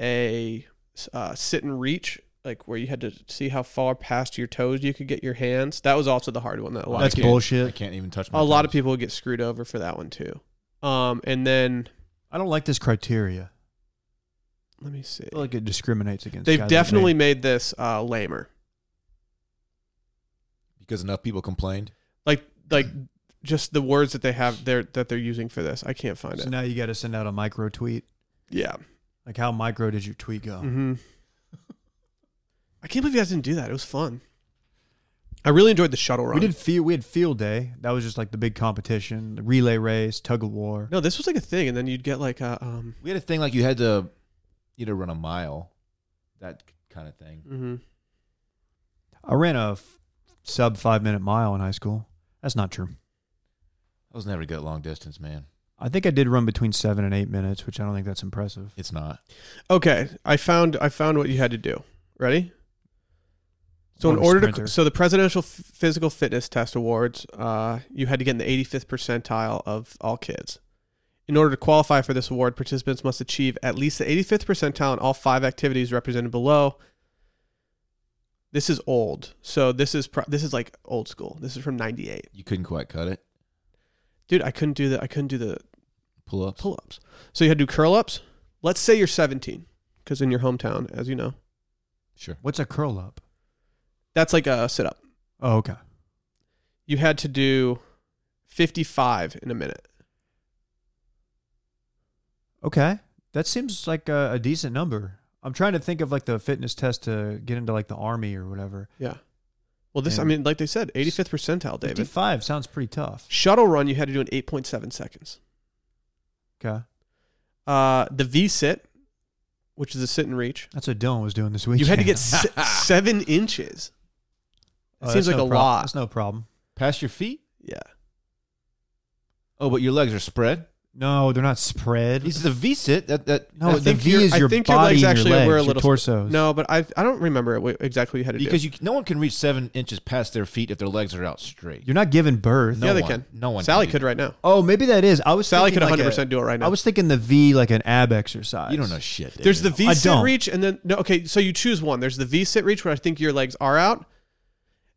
a uh, sit and reach, like where you had to see how far past your toes you could get your hands. That was also the hard one that a lot That's of can't- people, bullshit. I can't even touch my a lot of toes. people would get screwed over for that one too. Um, and then I don't like this criteria. let me see. I feel like it discriminates against. They've guys like me. definitely made this uh, lamer. because enough people complained. Like like just the words that they have there that they're using for this. I can't find So it. now you got to send out a micro tweet. Yeah. Like how micro did your tweet go? hmm I can't believe you guys didn't do that. It was fun. I really enjoyed the shuttle run. We did field. We had field day. That was just like the big competition, the relay race, tug of war. no, this was like a thing, and then you'd get like a um. We had a thing like you had to you had to run a mile, that kind of thing. mhm. I ran a f- sub five minute mile in high school. That's not true. I was never good at long distance, man. I think I did run between seven and eight minutes, which I don't think that's impressive. It's not. Okay, I found I found what you had to do. Ready? So in Not a order to sprinter. so the Presidential F- Physical Fitness Test Awards, uh, you had to get in the 85th percentile of all kids. In order to qualify for this award, participants must achieve at least the 85th percentile in all five activities represented below. This is old, so this is pro- this is like old school. This is from '98, You couldn't quite cut it. dude. I couldn't do the I couldn't do the Pull up. pull ups. So you had to do curl ups. Let's say you're 17, because in your hometown, as you know, Sure. What's a curl up? that's like a sit up. Oh, okay. you had to do 55 in a minute. Okay. That seems like a, a decent number. I'm trying to think of like the fitness test to get into like the army or whatever. Yeah. Well, this, I And- mean, like they said, 85th percentile, David. 55 sounds pretty tough. Shuttle run, you had to do in 8.7 seconds. Okay. Uh, the V sit, which is a sit and reach, That's what Dylan was doing this week. you had to get se- seven inches. It seems like a lot. Oh, That's no problem. Past your feet? Yeah. Oh, but your legs are spread. No, they're not spread. This is a V sit. That that no, I the think V your- is I your think your body legs and actually your legs, were a your little sp- torsos. No, but I I don't remember what- exactly what you had to because do. you no one can reach seven inches past their feet if their legs are out straight. You're not giving birth. no yeah, they one, can. No one. Sally can could do right now. Oh, maybe that is. I was Sally thinking could like 100% a- do it right now. I was thinking the V like an ab that. exercise. You don't know shit. Dude. There's the V I sit don't. reach, and then no. Okay, so you choose one. There's the V sit reach where I think your legs are out,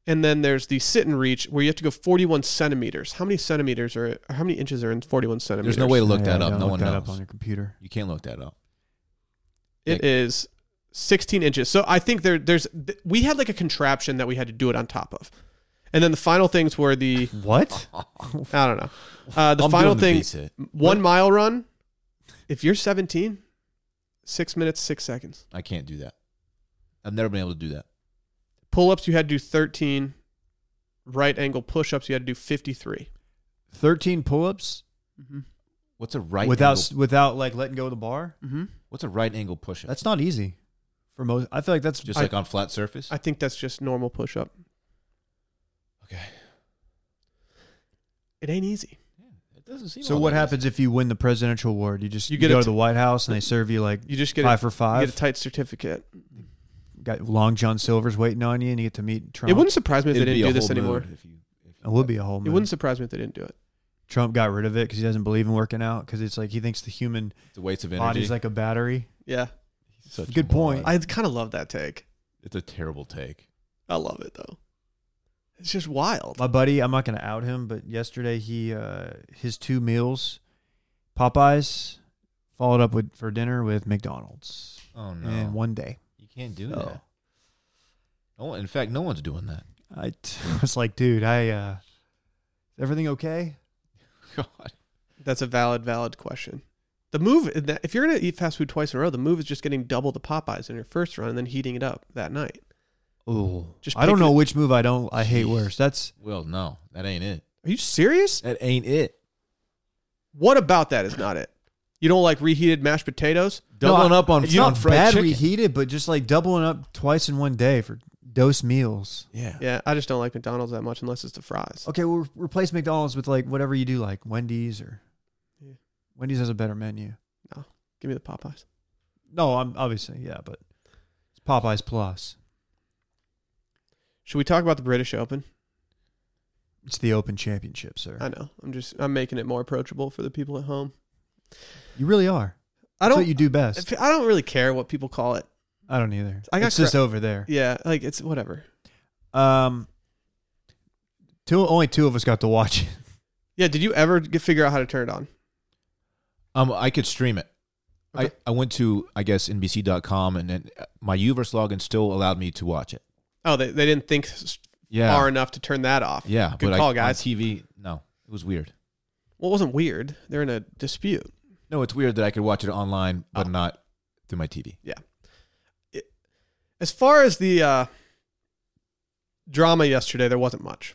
and then there's the sit and reach where you have to go 41 centimeters. How many centimeters are? Or how many inches are in 41 centimeters? There's no way to look Yeah, that up. don't No look one that knows. up on your computer. You can't look that up. It is 16 inches. So I think there. There's th- we had like a contraption that we had to do it on top of, and then the final things were the What? Uh-huh. I don't know. Uh, the I'm final doing the thing, V-sit. one mile run. If you're 17, six minutes six seconds. I can't do that. I've never been able to do that. pull ups you had to do 13 right angle push ups you had to do 53 Thirteen pull-ups What's a right without angle, without like letting go of the bar. mm-hmm. what's a right angle push up? That's not easy for most. I feel like that's just I- like on flat surface. i think that's just normal push up okay. it ain't easy It doesn't seem So all what that easy. happens if you win the presidential award? You just You you, get go a to t- the White House and they serve you like you just get, five a, for you get a five. tight certificate Got Long John Silver's waiting on you, and you get to meet Trump. it wouldn't surprise me if It'd they be a didn't do this whole anymore mood if you- if It you- would be a whole. it Movie. wouldn't surprise me if they didn't do it Trump got rid of it because he doesn't believe in working out because it's like he thinks the human It's a waste of energy. body's like a battery. yeah He's such a good moron. point. i kind of love that take it's a terrible take. i love it though it's just wild My buddy, I'm not gonna out him, but yesterday he uh, his two meals, Popeyes, followed up with for dinner with McDonald's Oh in one day. you can't do Oh. that. No, in fact, no one's doing that. I t- was like, dude, I uh, is everything okay? God, that's a valid valid question the move if you're gonna eat fast food twice in a row the move is just getting double the popeyes in your first run and then heating it up that night Oh, Just I don't picking know which move I don't I hate Jeez. worse. That's well, no, that ain't it. are you serious That ain't it. what about that is not it You don't like reheated mashed potatoes? Doubling up on it's on not fried bad chicken. reheated, but just like doubling up twice in one day for dose meals. Yeah. Yeah, I just don't like McDonald's that much unless it's the fries. Okay, we'll replace McDonald's with like whatever you do, like Wendy's or Yeah. Wendy's has a better menu. Give me the Popeyes. No, I'm obviously yeah, but it's Popeyes Plus. Should we talk about the British Open? It's the Open Championship, sir. I know. I'm just I'm making it more approachable for the people at home. you really are. I That's don't what you do best. I don't really care what people call it. I don't either. I got it's just over there. Yeah, like it's whatever. Um, two only two of us got to watch it. Yeah, did you ever get, figure out how to turn it on? Um, I could stream it. I, Okay. I went to I guess NBC.com and then uh, my Uverse login still allowed me to watch it. Oh, they, they didn't think s- Yeah, far enough to turn that off. yeah. Good but call, I, guys. On TV, no, it was weird. Well, it wasn't weird. They're in a dispute. No, it's weird that I could watch it online but Oh. not through my TV. As far as the uh, drama yesterday, there wasn't much.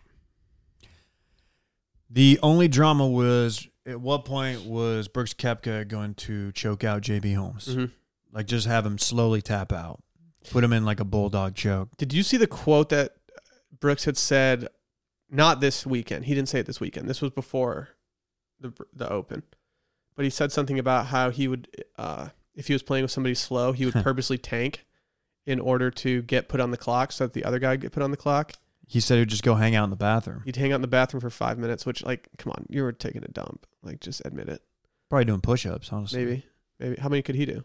The only drama was at what point was Brooks Kepka going to choke out JB Holmes? Mm-hmm. Mhm. Like just have him slowly tap out, put him in like a bulldog choke. Did you see the quote that uh, Brooks had said? Not this weekend. He didn't say it this weekend. This was before the the Open, but he said something about how he would, uh, if he was playing with somebody slow, he would purposely tank in order to get put on the clock, so that the other guy would get put on the clock. He said he'd just go hang out in the bathroom, He'd hang out in the bathroom for five minutes, which, like, come on, you were taking a dump. Like, just admit it. probably doing push-ups. Honestly, Maybe, maybe. How many could he do?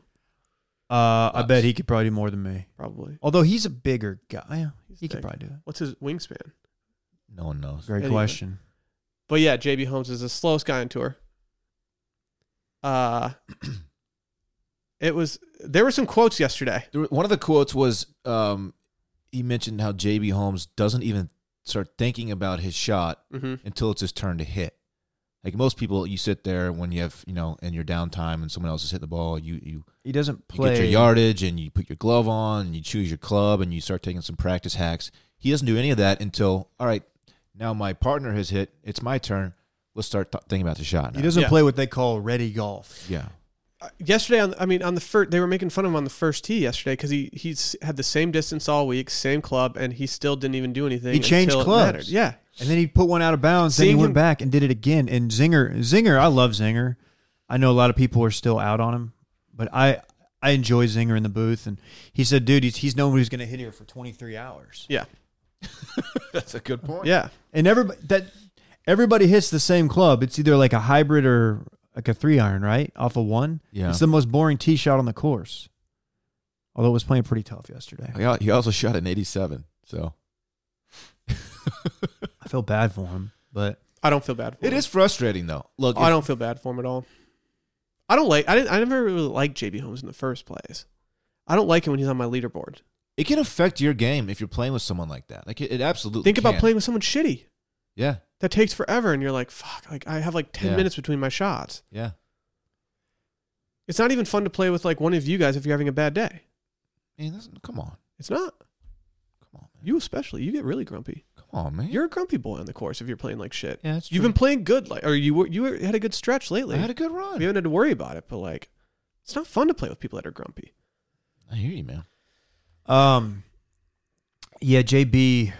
Uh, I bet he could probably do more than me. Probably. Although he's a bigger guy, He's he could big. probably do it. What's his wingspan? No one knows. Great Anyway. question. But yeah, JB Holmes is the slowest guy on tour. Uh it was there were some quotes yesterday. There were- One of the quotes was um, he mentioned how JB Holmes doesn't even start thinking about his shot Mm-hmm. until it's his turn to hit. Like most people, you sit there when you have you know in your downtime and someone else is hitting the ball. You you, He doesn't you play. get your yardage and you put your glove on and you choose your club and you start taking some practice hacks. He doesn't do any of that until all right. Now my partner has hit. It's my turn. Let's start th- thinking about the shot. He Now. doesn't Yeah. play what they call ready golf. Yeah. Uh, Yesterday, on I mean, on the first, they were making fun of him on the first tee yesterday because he he's had the same distance all week, same club, and he still didn't even do anything. He changed until it clubs. mattered. Yeah, And then he put one out of bounds. Then he Seeing went him- back and did it again. And Zinger, Zinger, I love Zinger. I know a lot of people are still out on him, but I I enjoy Zinger in the booth. And he said, dude, he's, he's known who's going to hit here for 23 hours. yeah, That's a good point. yeah. And everybody that everybody hits the same club. It's either like a hybrid or like a three iron, right? Off of one. Yeah. It's the most boring tee shot on the course. Although it was playing pretty tough yesterday. He al- He also shot an 87. So I feel bad for him, but I don't feel bad. for it him. is frustrating though. Look, I if- don't feel bad for him at all. I don't like. I didn't. I never really liked JB Holmes in the first place. I don't like him when he's on my leaderboard. it can affect your game if you're playing with someone like that. Like it, it absolutely. Think about can. playing with someone shitty. Yeah. that takes forever and you're like fuck like i have like 10 Yeah. minutes between my shots Yeah. it's not even fun to play with like one of you guys if you're having a bad day Man, that's, come on, it's not come on, man, you especially you get really grumpy come on, man. you're a grumpy boy on the course if you're playing like shit yeah, it's you've been playing good like or you were you were, had a good stretch lately I had a good we run. haven't had to worry about it but like it's not fun to play with people that are grumpy I hear you, man. Um, yeah, JB.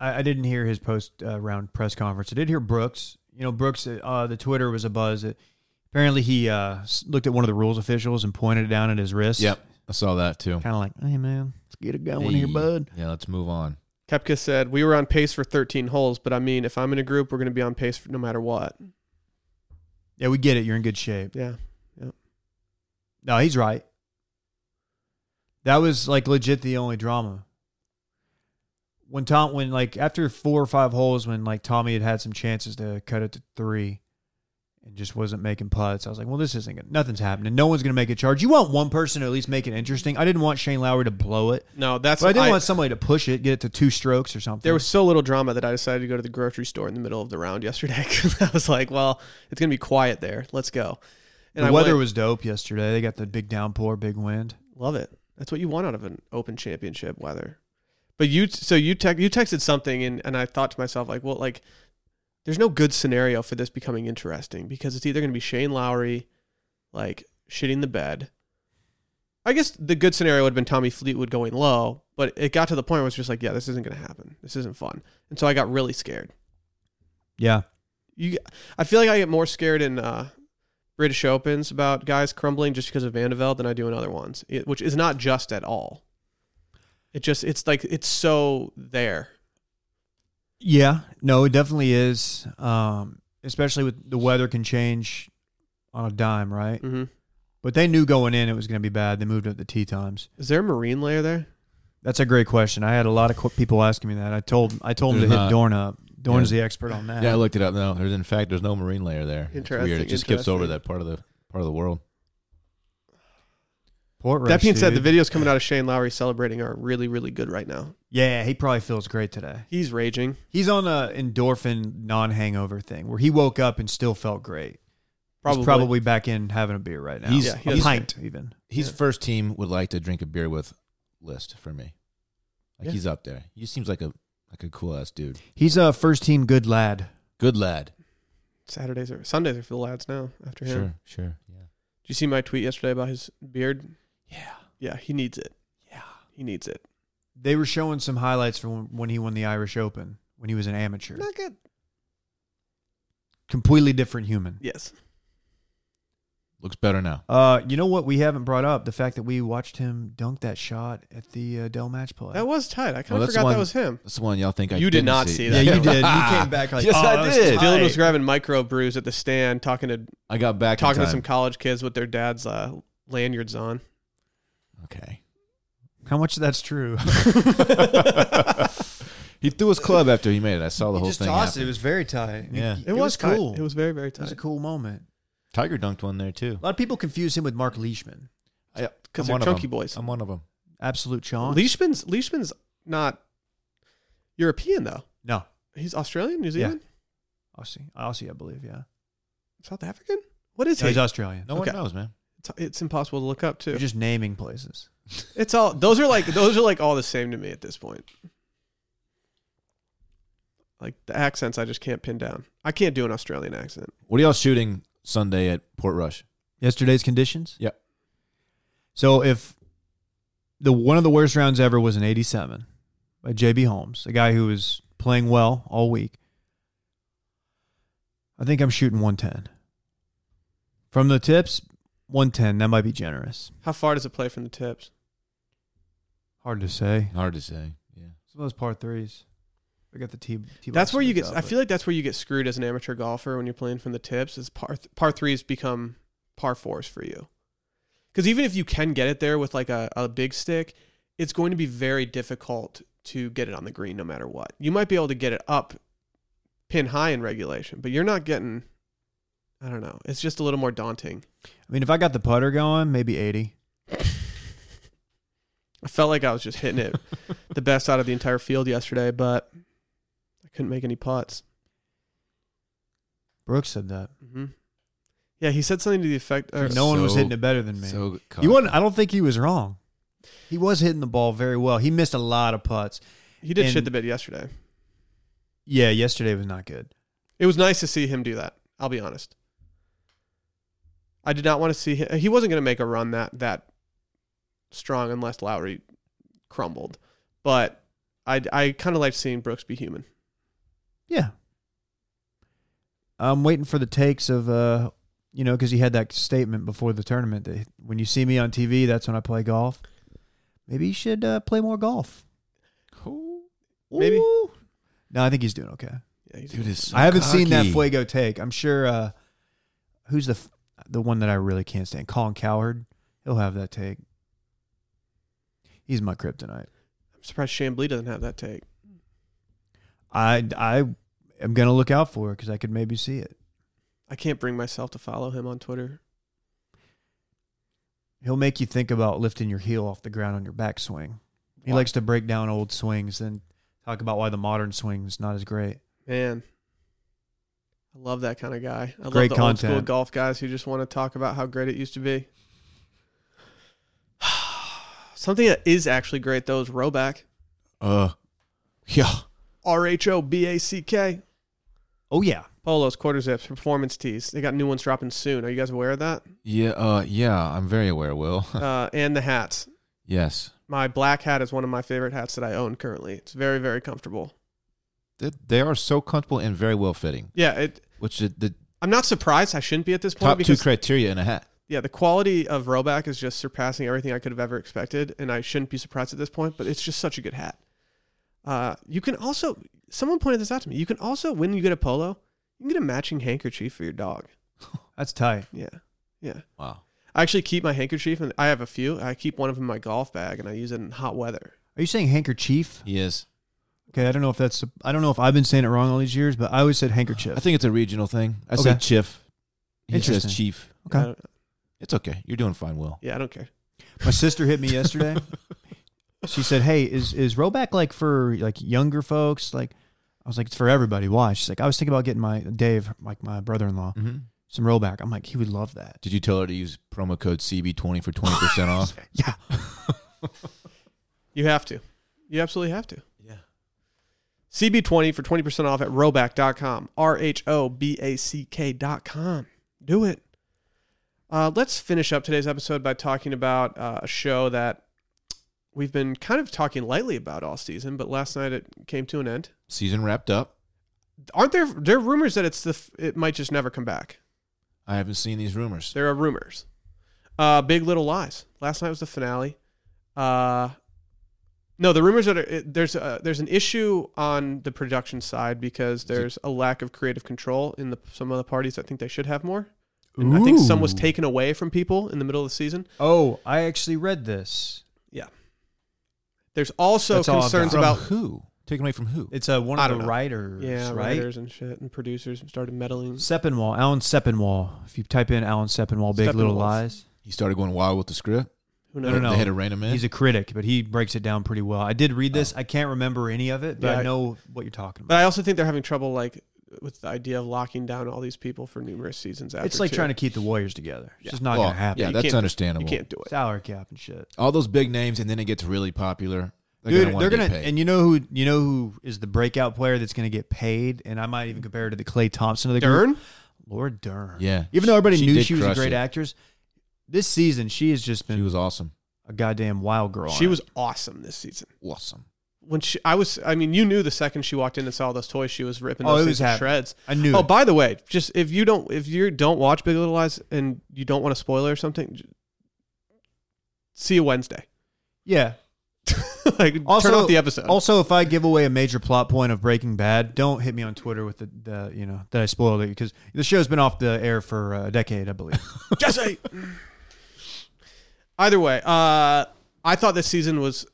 I, I didn't hear his post uh, round press conference. I did hear Brooks. You know, Brooks. Uh, the Twitter was a buzz. It, apparently, he uh, s- looked at one of the rules officials and pointed it down at his wrist. I saw that too. Kind of like, hey man, let's get it going here, Hey, bud. Yeah, let's move on. kepka said we were on pace for 13 holes but i mean if i'm in a group we're going to be on pace for no matter what Yeah, we get it. You're in good shape. yeah No, he's right. That was like legit the only drama. When Tom, when like after four or five holes, when like Tommy had had some chances to cut it to three, and just wasn't making putts, I was like, well, this isn't gonna, nothing's happening. No one's gonna make a charge. You want one person to at least make it interesting. I didn't want Shane Lowry to blow it, no that's but I didn't I- want somebody to push it, get it to two strokes or something. There was so little drama that I decided to go to the grocery store in the middle of the round yesterday 'cause I was like, well, it's going to be quiet there. Let's go. And the I weather went. was dope yesterday. They got the big downpour, big wind. love it. That's what you want out of an open championship weather. But you so you tec- you texted something and and I thought to myself like, well, like there's no good scenario for this becoming interesting because it's either going to be Shane Lowry, like shitting the bed. I guess the good scenario would have been Tommy Fleetwood going low, but it got to the point where it's just like, yeah, this isn't going to happen. This isn't fun, and so I got really scared. Yeah. You, I feel like I get more scared in uh, British Opens about guys crumbling just because of Vandeveld than I do in other ones, it, which is not just at all. It just it's like it's so there. Yeah, no, it definitely is. Um, especially with the weather can change on a dime, right? hmm But they knew going in it was going to be bad. They moved up the tee times. Is there a marine layer there? That's a great question. I had a lot of qu- people asking me that. I told I told them to There's hit not. Dorn up. Dorn's the expert on that. Yeah, I looked it up. No, there's in fact there's no marine layer there. It's weird. Interesting, It just skips over interesting. that part of the part of the world. Port that Rush, being said, the dude. videos coming out of Shane Lowry celebrating are really, really good right now. yeah, he probably feels great today. He's raging. He's on a endorphin non hangover thing where he woke up and still felt great. Probably. He's probably back in having a beer right now. He's- Yeah, he a does. pint even. He's Yeah. first team would like to drink a beer with list for me. Like Yeah. he's up there. He just seems like a like a cool ass dude. He's a first team good lad. Good lad. Saturdays are Sundays are for the lads now. After him, did Sure, sure. Yeah. you see my tweet yesterday about his beard? Yeah. Yeah, he needs it. Yeah. He needs it. They were showing some highlights from when he won the Irish Open when he was an amateur. Not good. Completely different human. Yes. Looks better now. Uh, you know what we haven't brought up? The fact that we watched him dunk that shot at the uh, Dell match play. That was tight. I kind Well, of that's forgot one- that was him. That's the one y'all think I You did didn't not see see yeah, that. you did. You came back like, Yes, oh, I that was did. tight. Dylan was grabbing micro brews at the stand, talking to I got back in talking to time. some college kids with their dad's uh, lanyards on. Okay. How much of that's true? he threw his club after he made it. I saw the he whole just thing. tossed it. It happen. was very tight. Yeah. it, It, was, was, cool. Tight. It was very very It was tight. a cool moment. Tiger dunked one there too. A lot of people confuse him with Mark Leishman. I, Because I'm they're one of chunky them. boys. I'm one of them. Absolute chonk. Leishman's Leishman's not European though. no, He's Australian, New Yeah. Zealand, Aussie. Aussie, I believe. Yeah, South African. What is no, he? he's Australian. No Okay. one knows, man. It's, it's impossible to look up You're too. just naming places. It's all those are like those are like all the same to me at this point. Like the accents, I just can't pin down. I can't do an Australian accent. What are y'all shooting Sunday at Port Rush? Yesterday's conditions. Yep. So if the one of the worst rounds ever was an 87 by JB Holmes, a guy who was playing well all week. I think I'm shooting 110. From the tips, 110. That might be generous. How far does it play from the tips? Hard to say. Hard to say. Yeah. Some of those par threes. I got the T. T That's where you get. I feel like that's where you get screwed as an amateur golfer when you're playing from the tips. Is par th- par threes become par fours for you? Because even if you can get it there with like a, a big stick, it's going to be very difficult to get it on the green no matter what. You might be able to get it up, pin high in regulation, but you're not getting. I don't know. It's just a little more daunting. I mean, if I got the putter going, maybe 80. I felt like I was just hitting it the best out of the entire field yesterday, but I couldn't make any putts. Brooks said that. hmm Yeah, he said something to the effect. Or, no one was so- hitting it better than me. So He wasn't. I don't think he was wrong. He was hitting the ball very well. He missed a lot of putts. He did shit And- the bed yesterday. Yeah, yesterday was not good. It was nice to see him do that. I'll be honest. I did not want to see him. He wasn't going to make a run that that strong unless Lowry crumbled. But I I kind of liked seeing Brooks be human. Yeah. I'm waiting for the takes of uh, you know, because he had that statement before the tournament that when you see me on TV, that's when I play golf. Maybe he should uh, play more golf. Maybe. Ooh. No, I think he's doing okay. Yeah, he's, Dude is so I haven't seen that cocky. Fuego take. I'm sure. Uh, who's the f- the one that I really can't stand? Colin Cowherd. He'll have that take. He's my kryptonite. I'm surprised Chambly doesn't have that take. I I am gonna look out for it because I could maybe see it. I can't bring myself to follow him on Twitter. He'll make you think about lifting your heel off the ground on your backswing. He Why? likes to break down old swings and talk about why the modern swing is not as great. Man, I love that kind of guy. I Great love the old school content. golf guys who just want to talk about how great it used to be. Something that is actually great though is Roback. Uh, yeah. R H O B A C K. Oh yeah, Polos, quarter zips, performance tees. They got new ones dropping soon. Are you guys aware of that? Yeah, uh, yeah, I'm very aware, Will. uh, and the hats. yes. My black hat is one of my favorite hats that I own currently. It's very, very comfortable. They, they are so comfortable and very well fitting, Yeah, it, which is the I'm not surprised I shouldn't be at this point top two because criteria in a hat. yeah, the quality of Roback is just surpassing everything I could have ever expected, and I shouldn't be surprised at this point. But it's just such a good hat. Uh, you can also someone pointed this out to me. You can also when you get a polo, you can get a matching handkerchief for your dog. that's tight. Yeah, yeah. Wow. I actually keep my handkerchief, and I have a few. I keep one of them in my golf bag, and I use it in hot weather. Are you saying handkerchief? He is. Okay, I don't know if that's I don't know if I've been saying it wrong all these years, but I always said handkerchief. I think it's a regional thing. I Okay. said chief. He says Interesting. chief. I okay, don't, It's okay. You're doing fine, Will. yeah, I don't care. my sister hit me yesterday. she said, "Hey, is is Roback like for like younger folks?" Like, I was like, "It's for everybody." Why? She's like, "I was thinking about getting my Dave, like my brother-in-law, Mm-hmm. some Roback." I'm like, "He would love that." Did you tell her to use promo code CB20 for 20% off? Yeah, You have to. You absolutely have to. Yeah. CB20 for 20% off at roback.com. R H O B A C K.com. Do it. Uh, let's finish up today's episode by talking about uh, a show that we've been kind of talking lightly about all season, but last night it came to an end. Season wrapped up. Aren't there there are rumors that it's the f- it might just never come back? I haven't seen these rumors. There are rumors. Uh, Big Little Lies. Last night was the finale. Uh, no, the rumors that are, it, there's a, there's an issue on the production side because Is it- there's a lack of creative control in the, some of the parties that think they should have more. And I think some was Ooh. taken away from people in the middle of the season. Oh, I actually read this. There's also That's all I've concerns got. From about who? Taken away from who? It's uh, one I of the don't know. writers, yeah right? writers and shit and producers started meddling. Seppenwall, Alan Seppenwall. If you type in Alan Seppenwall, Big Little Steppenwolf. Lies, He started going wild with the script. Who No, knows? no, no. They had to rein him in. he's a critic, but he breaks it down pretty well. I did read this. I can't remember any of it, but Yeah, I- Oh. I know what you're talking But about. I also think they're having trouble like with the idea of locking down all these people for numerous seasons. After It's like two. trying to keep the Warriors together. It's Yeah. just not Well, gonna happen. Yeah, You that's can't- understandable. you can't do it. Salary cap and shit. All those big names, and then it gets really popular. They're Dude, gonna wanna they're get gonna paid. and you know who you know who is the breakout player that's gonna get paid, and I might even compare her to the Clay Thompson of the group. Dern. Laura Dern. Yeah. Even though everybody She knew did she was a crush great it. actress, this season she has just She been was awesome. a goddamn wild girl. on She it. was awesome this season. Awesome. When she, I was, I mean, you knew the second she walked in and saw those toys, she was ripping those Oh, it things was to happening. shreds. I knew. Oh, it. by the way, just if you don't, if you don't watch Big Little Lies and you don't want a spoiler or something, j- see you Wednesday. yeah. like, Also- turn off the episode. Also, if I give away a major plot point of Breaking Bad, don't hit me on Twitter with the, the you know that I spoiled it because the show's been off the air for uh, a decade, I believe. Jesse. Either way, uh, I thought this season was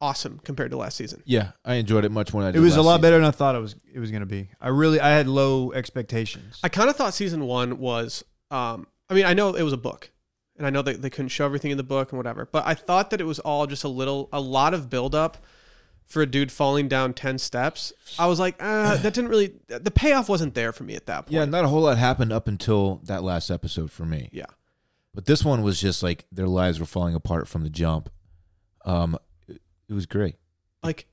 awesome compared to last season. Yeah, I enjoyed it much more than I it did was a last lot season. better than I thought it was. It was going to be. I really, I had low expectations. I kind of thought season one was. Um, I mean, I know it was a book, and I know that they couldn't show everything in the book and whatever, but I thought that it was all just a little, a lot of buildup for a dude falling down ten steps. I was like, uh, that didn't really. The payoff wasn't there for me at that point. Yeah, not a whole lot happened up until that last episode for me. Yeah. But this one was just like their lives were falling apart from the jump. Um, it, it was great. like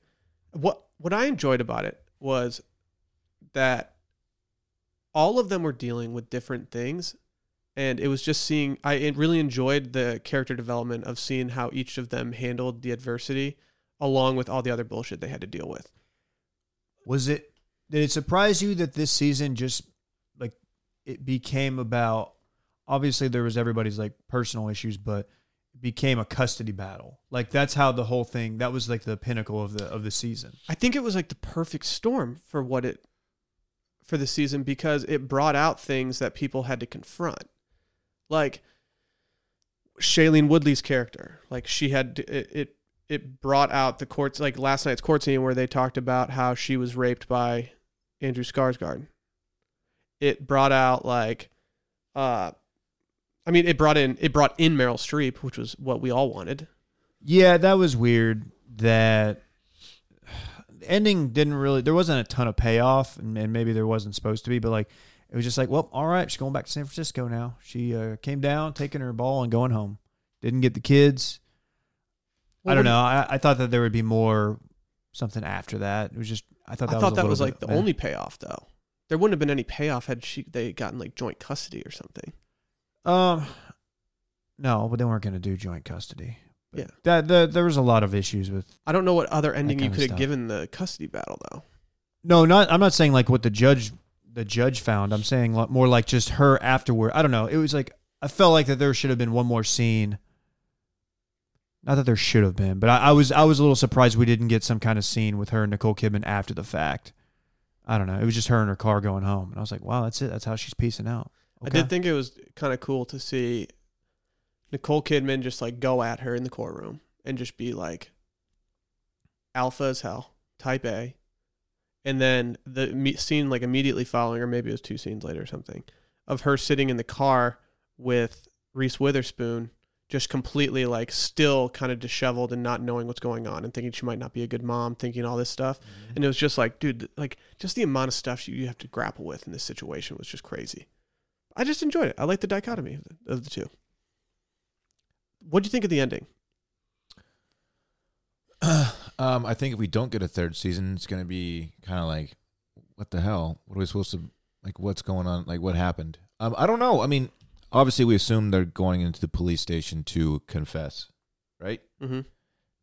what what I enjoyed about it was that all of them were dealing with different things and it was just seeing I en- really enjoyed the character development of seeing how each of them handled the adversity along with all the other bullshit they had to deal with. was it? Did it surprise you that this season just like it became about? Obviously, there was everybody's like personal issues, but it became a custody battle. Like that's how the whole thing. That was like the pinnacle of the of the season. I think it was like the perfect storm for what it for the season because it brought out things that people had to confront. Like Shailene Woodley's character, like she had it it, it brought out the courts like last night's court scene where they talked about how she was raped by Andrew Skarsgård. It brought out like uh I mean it brought in it brought in Meryl Streep, which was what we all wanted. Yeah, that was weird. That the ending didn't really. There wasn't a ton of payoff, and, and maybe there wasn't supposed to be. But like, it was just like, well, all right, she's going back to San Francisco now. She uh, came down, taking her ball, and going home. Didn't get the kids. I Well, don't what- know. I, I thought that there would be more, something after that. It was just I thought I that thought was a that little was bit- like the yeah. only payoff though. There wouldn't have been any payoff had she they gotten like joint custody or something. Um, no, but they weren't going to do joint custody. But Yeah. that, that there was a lot of issues with. I don't know what other ending you kinda could have stuff. given the custody battle though. No, not I'm not saying like what the judge the judge found. I'm saying like, more like just her afterward. I don't know. It was like I felt like that there should have been one more scene. Not that there should have been, but I, I was I was a little surprised we didn't get some kind of scene with her and Nicole Kidman after the fact. I don't know. It was just her in her car going home, and I was like, wow, that's it. That's how she's piecing out. I did think it was kind of cool to see Nicole Kidman just like go at her in the courtroom and just be like alpha as hell, type A. And then the me- scene like immediately following, or maybe it was two scenes later or something, of her sitting in the car with Reese Witherspoon, just completely like still kind of disheveled and not knowing what's going on and thinking she might not be a good mom, thinking all this stuff. And it was just like, dude, th- like just the amount of stuff you- you have to grapple with in this situation was just crazy. I just enjoyed it. I like the dichotomy of the, of the two. What do you think of the ending? Um, I think if we don't get a third season, it's going to be kind of like, what the hell? What are we supposed to like? What's going on? Like, what happened? Um, I don't know. I mean, obviously, we assume they're going into the police station to confess, right? Mm-hmm.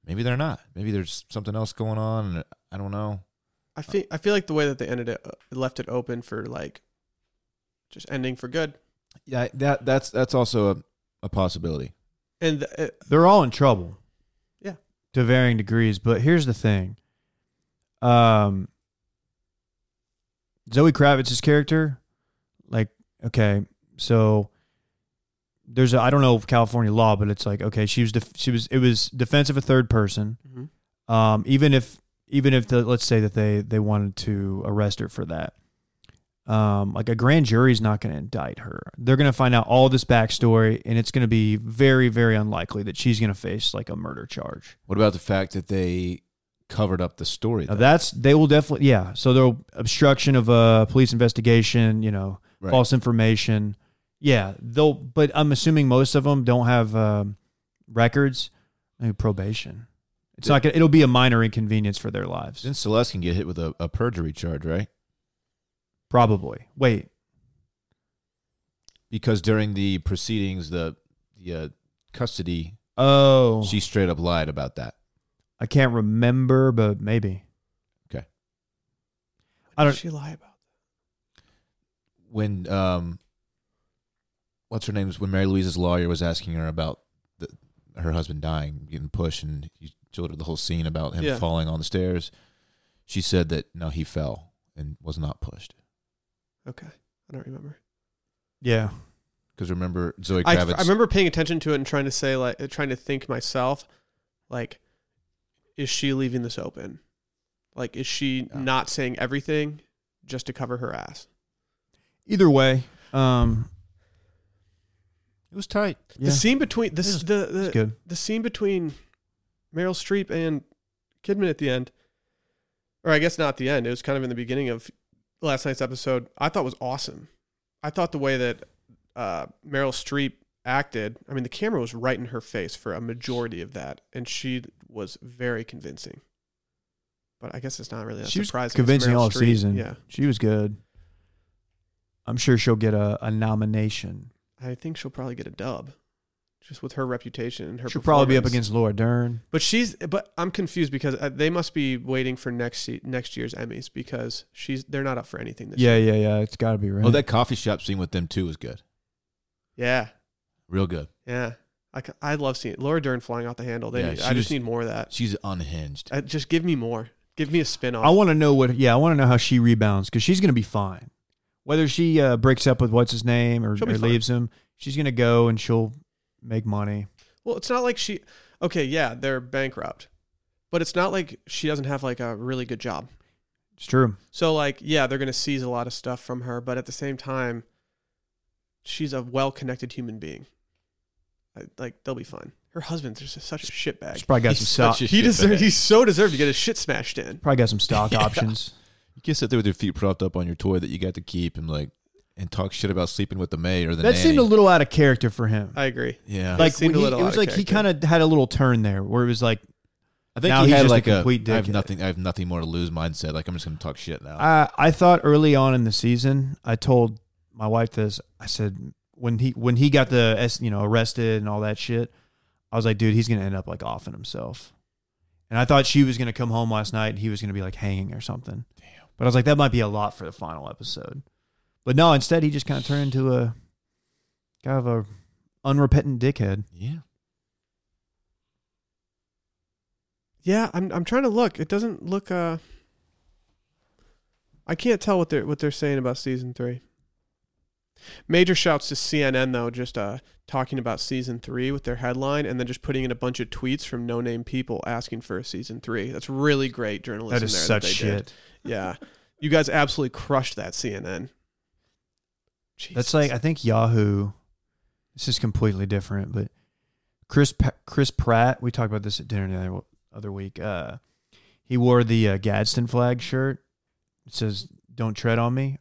Maybe they're not. Maybe there's something else going on. and I don't know. I feel I feel like the way that they ended it uh, left it open for like just ending for good. Yeah, that that's that's also a, a possibility. And the, uh, they're all in trouble. Yeah. To varying degrees. But here's the thing. Um Zoe Kravitz's character, like, okay, so there's a I don't know California law, but it's like, okay, she was def- she was it was defense of a third person. mhm. Um, even if even if the let's say that they they wanted to arrest her for that. Um, like a grand jury's not going to indict her. They're going to find out all this backstory, and it's going to be very, very unlikely that she's going to face like a murder charge. What about the fact that they covered up the story? Now though? that's they will definitely, yeah. So there'll obstruction of a police investigation, you know, Right. false information. Yeah, they'll. But I'm assuming most of them don't have um, records, maybe probation. It's not. Gonna, it'll be a minor inconvenience for their lives. Didn't Celeste can get hit with a, a perjury charge, right? Probably. Wait. Because during the proceedings, the the uh, custody, Oh, she straight up lied about that. I can't remember, but maybe. What I did don't- she lie about? When um, what's her name? When Mary Louise's lawyer was asking her about the, her husband dying, getting pushed, and you showed her the whole scene about him Yeah. falling on the stairs. She said that no, he fell and was not pushed. Okay, I don't remember. Yeah. Because remember Zoe I, Kravitz. I remember paying attention to it and trying to say like uh, trying to think myself, like, is she leaving this open? Like, is she Yeah. not saying everything just to cover her ass? Either way, um, it was tight. yeah, The scene between this It was- the, the it's good. the scene between Meryl Streep and Kidman at the end, or I guess not at the end, it was kind of in the beginning of last night's episode, I thought was awesome. I thought the way that uh, Meryl Streep acted, I mean, the camera was right in her face for a majority of that, and she was very convincing. But I guess it's not really that She was surprising. It's convincing Meryl all Streep. season. Yeah. She was good. I'm sure she'll get a, a nomination. I think she'll probably get a dub just with her reputation and her she'll probably be up performance. against Laura Dern. But she's but I'm confused because uh, they must be waiting for next se- next year's Emmys because she's they're not up for anything this year. Yeah, yeah, yeah. It's got to be right. Oh, that coffee shop scene with them too was good. Yeah. Real good. Yeah. I, c- I love seeing Laura Dern flying off the handle. They Yeah, need- she I just was- need more of that. She's unhinged. Uh, just give me more. Give me a spin I off. want to know what. Yeah, I want to know how she rebounds because she's gonna be fine. Whether she uh, breaks up with what's his name or, She'll be or fine. leaves him, she's gonna go and she'll make money. well, it's not like she Okay, yeah, they're bankrupt. But it's not like she doesn't have like a really good job. It's true. So like, yeah, they're going to seize a lot of stuff from her, but at the same time she's a well-connected human being. I, like they'll be fine. Her husband's just such a shitbag. She's probably got He's some such a stock. He shitbag. deserved. He so deserved to get his shit smashed in. Probably got some stock Yeah. options. You can't sit there with your feet propped up on your toy that you got to keep and like and talk shit about sleeping with the maid or the That nanny. seemed a little out of character for him. I agree. yeah. Like- like Uh, seemed when a he- little it out was of like he character. kind of had a little turn there where it was like I think Now he he's had just a like a, complete I have dickhead. nothing. I have nothing more to lose mindset. Like I'm just gonna talk shit Oh. now. I, I thought early on in the season, I told my wife this. I said when he when he got the S- you know arrested and all that shit, I was like, dude, he's gonna end up like offing himself. And I thought she was gonna come home last night and he was gonna be like hanging or something. Damn. But I was like, that might be a lot for the final episode. But no, instead he just kind of turned into a kind of a unrepentant dickhead. yeah. Yeah, I'm I'm trying to look. It doesn't look uh I can't tell what they're what they're saying about season 3. Major shouts to CNN though just uh talking about season 3 with their headline and then just putting in a bunch of tweets from no-name people asking for a season 3. That's really great journalism that is there such that they shit. did. Yeah. You guys absolutely crushed that CNN. Jesus. That's like I think Yahoo. This is completely different, but Chris Pa- Chris Pratt. We talked about this at dinner the other, other week. Uh, he wore the uh, Gadsden flag shirt. It says "Don't tread on me."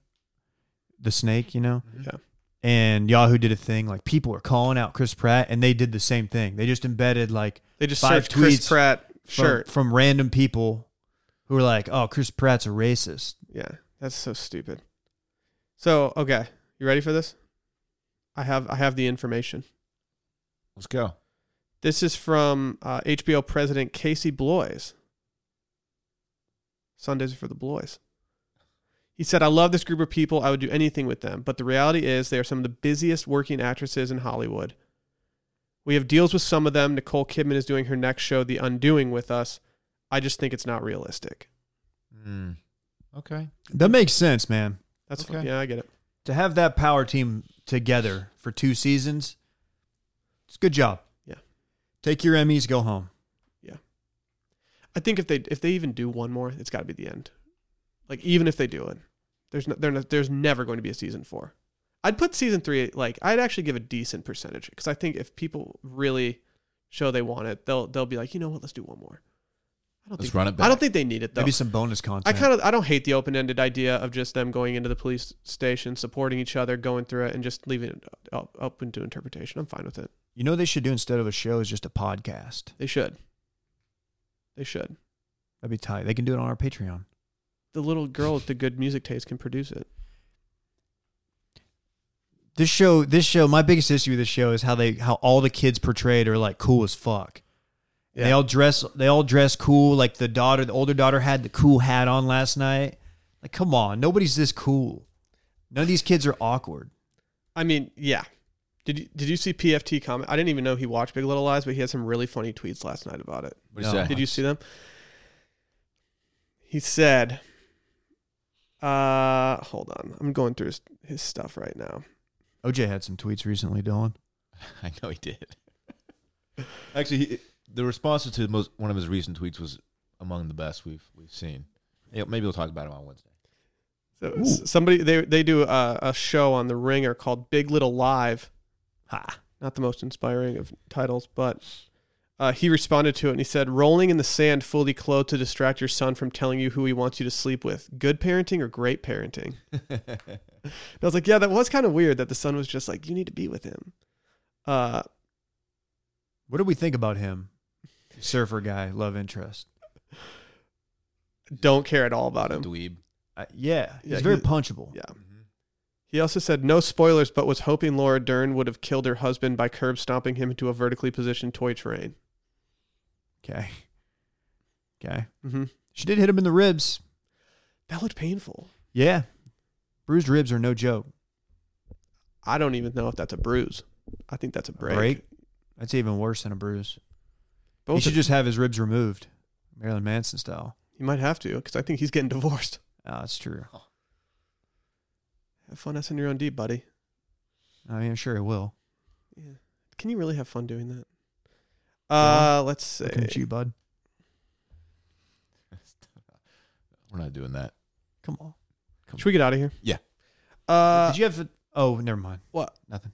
The snake, you know. Mm-hmm. Yeah. And Yahoo did a thing like people were calling out Chris Pratt, and they did the same thing. They just embedded like they just five searched Chris tweets Pratt from, shirt. from random people who were like, "Oh, Chris Pratt's a racist." Yeah, that's so stupid. So, okay, you ready for this? I have I have the information. Let's go. This is from uh, HBO president Casey Bloys. Sundays are for the Bloys. He said, "I love this group of people. I would do anything with them, but the reality is they are some of the busiest working actresses in Hollywood. We have deals with some of them. Nicole Kidman is doing her next show, The Undoing, with us. I just think it's not realistic. Mm. Okay. That makes sense, man. That's Okay. yeah, I get it. to have that power team together for two seasons, it's a good job. Yeah. Take your Emmys, go home. I think if they if they even do one more, it's got to be the end. Like even if they do it, there's no, there no, there's never going to be a season four. I'd put season three like I'd actually give a decent percentage because I think if people really show they want it, they'll they'll be like, you know what, let's do one more. I don't Let's think run it back. I don't think they need it though. Maybe some bonus content. I kind of I don't hate the open ended idea of just them going into the police station, supporting each other, going through it, and just leaving it up- open to interpretation. I'm fine with it. you know what they should do instead of a show is just a podcast. They should. They should. That'd be tight. They can do it on our Patreon. The little girl with the good music taste can produce it. This show, this show, my biggest issue with this show is how they, how all the kids portrayed are like cool as fuck. They all dress, they all dress cool. Like the daughter, the older daughter had the cool hat on last night. Like, come on, nobody's this cool. None of these kids are awkward. I mean, yeah. Did you, did you see PFT comment? I didn't even know he watched Big Little Lies, but he had some really funny tweets last night about it. What do you No. say? Did you see them? He said, uh, hold on. I'm going through his, his stuff right now. OJ had some tweets recently, Dylan. I know he did. Actually, he, the response to most, one of his recent tweets was among the best we've we've seen. Yeah, maybe we'll talk about him on Wednesday. So s- somebody, they, they do a, a show on The Ringer called Big Little Live. Ha. Not the most inspiring of titles, but uh, he responded to it and he said, Rolling in the sand fully clothed to distract your son from telling you who he wants you to sleep with. Good parenting or great parenting? And I was like, yeah, that was kind of weird that the son was just like, you need to be with him. Uh, What do we think about him? Surfer guy, love interest. don't care at all about him. Dweeb. Uh, yeah, he's Yeah, very he- punchable. Yeah. Mm-hmm. He also said, no spoilers, but was hoping Laura Dern would have killed her husband by curb stomping him into a vertically positioned toy train. Okay. Okay. hmm She did hit him in the ribs. That looked painful. Yeah. Bruised ribs are no joke. I don't even know if that's a bruise. I think that's a break. That's even worse than a bruise. Both he should of- just have his ribs removed, Marilyn Manson style. you might have to because I think he's getting divorced. Ah, that's true. Have fun in your own deep, buddy. I mean, I'm sure he will. Yeah. Can you really have fun doing that? Uh, let's Looking say at you, bud. We're not doing that. Come on. Should we get out of here? Yeah. Uh, did you have? A, oh, never mind. What? Nothing.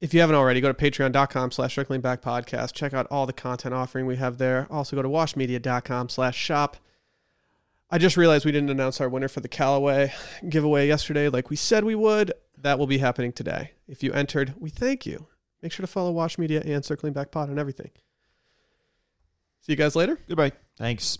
If you haven't already, go to patreon.com slash circling back podcast. Check out all the content offering we have there. Also go to washmedia.com slash shop. I just realized we didn't announce our winner for the Callaway giveaway yesterday like we said we would. That will be happening today. If you entered, we thank you. Make sure to follow Wash Media and Circling Back Pod on everything. See you guys later. Goodbye. Thanks.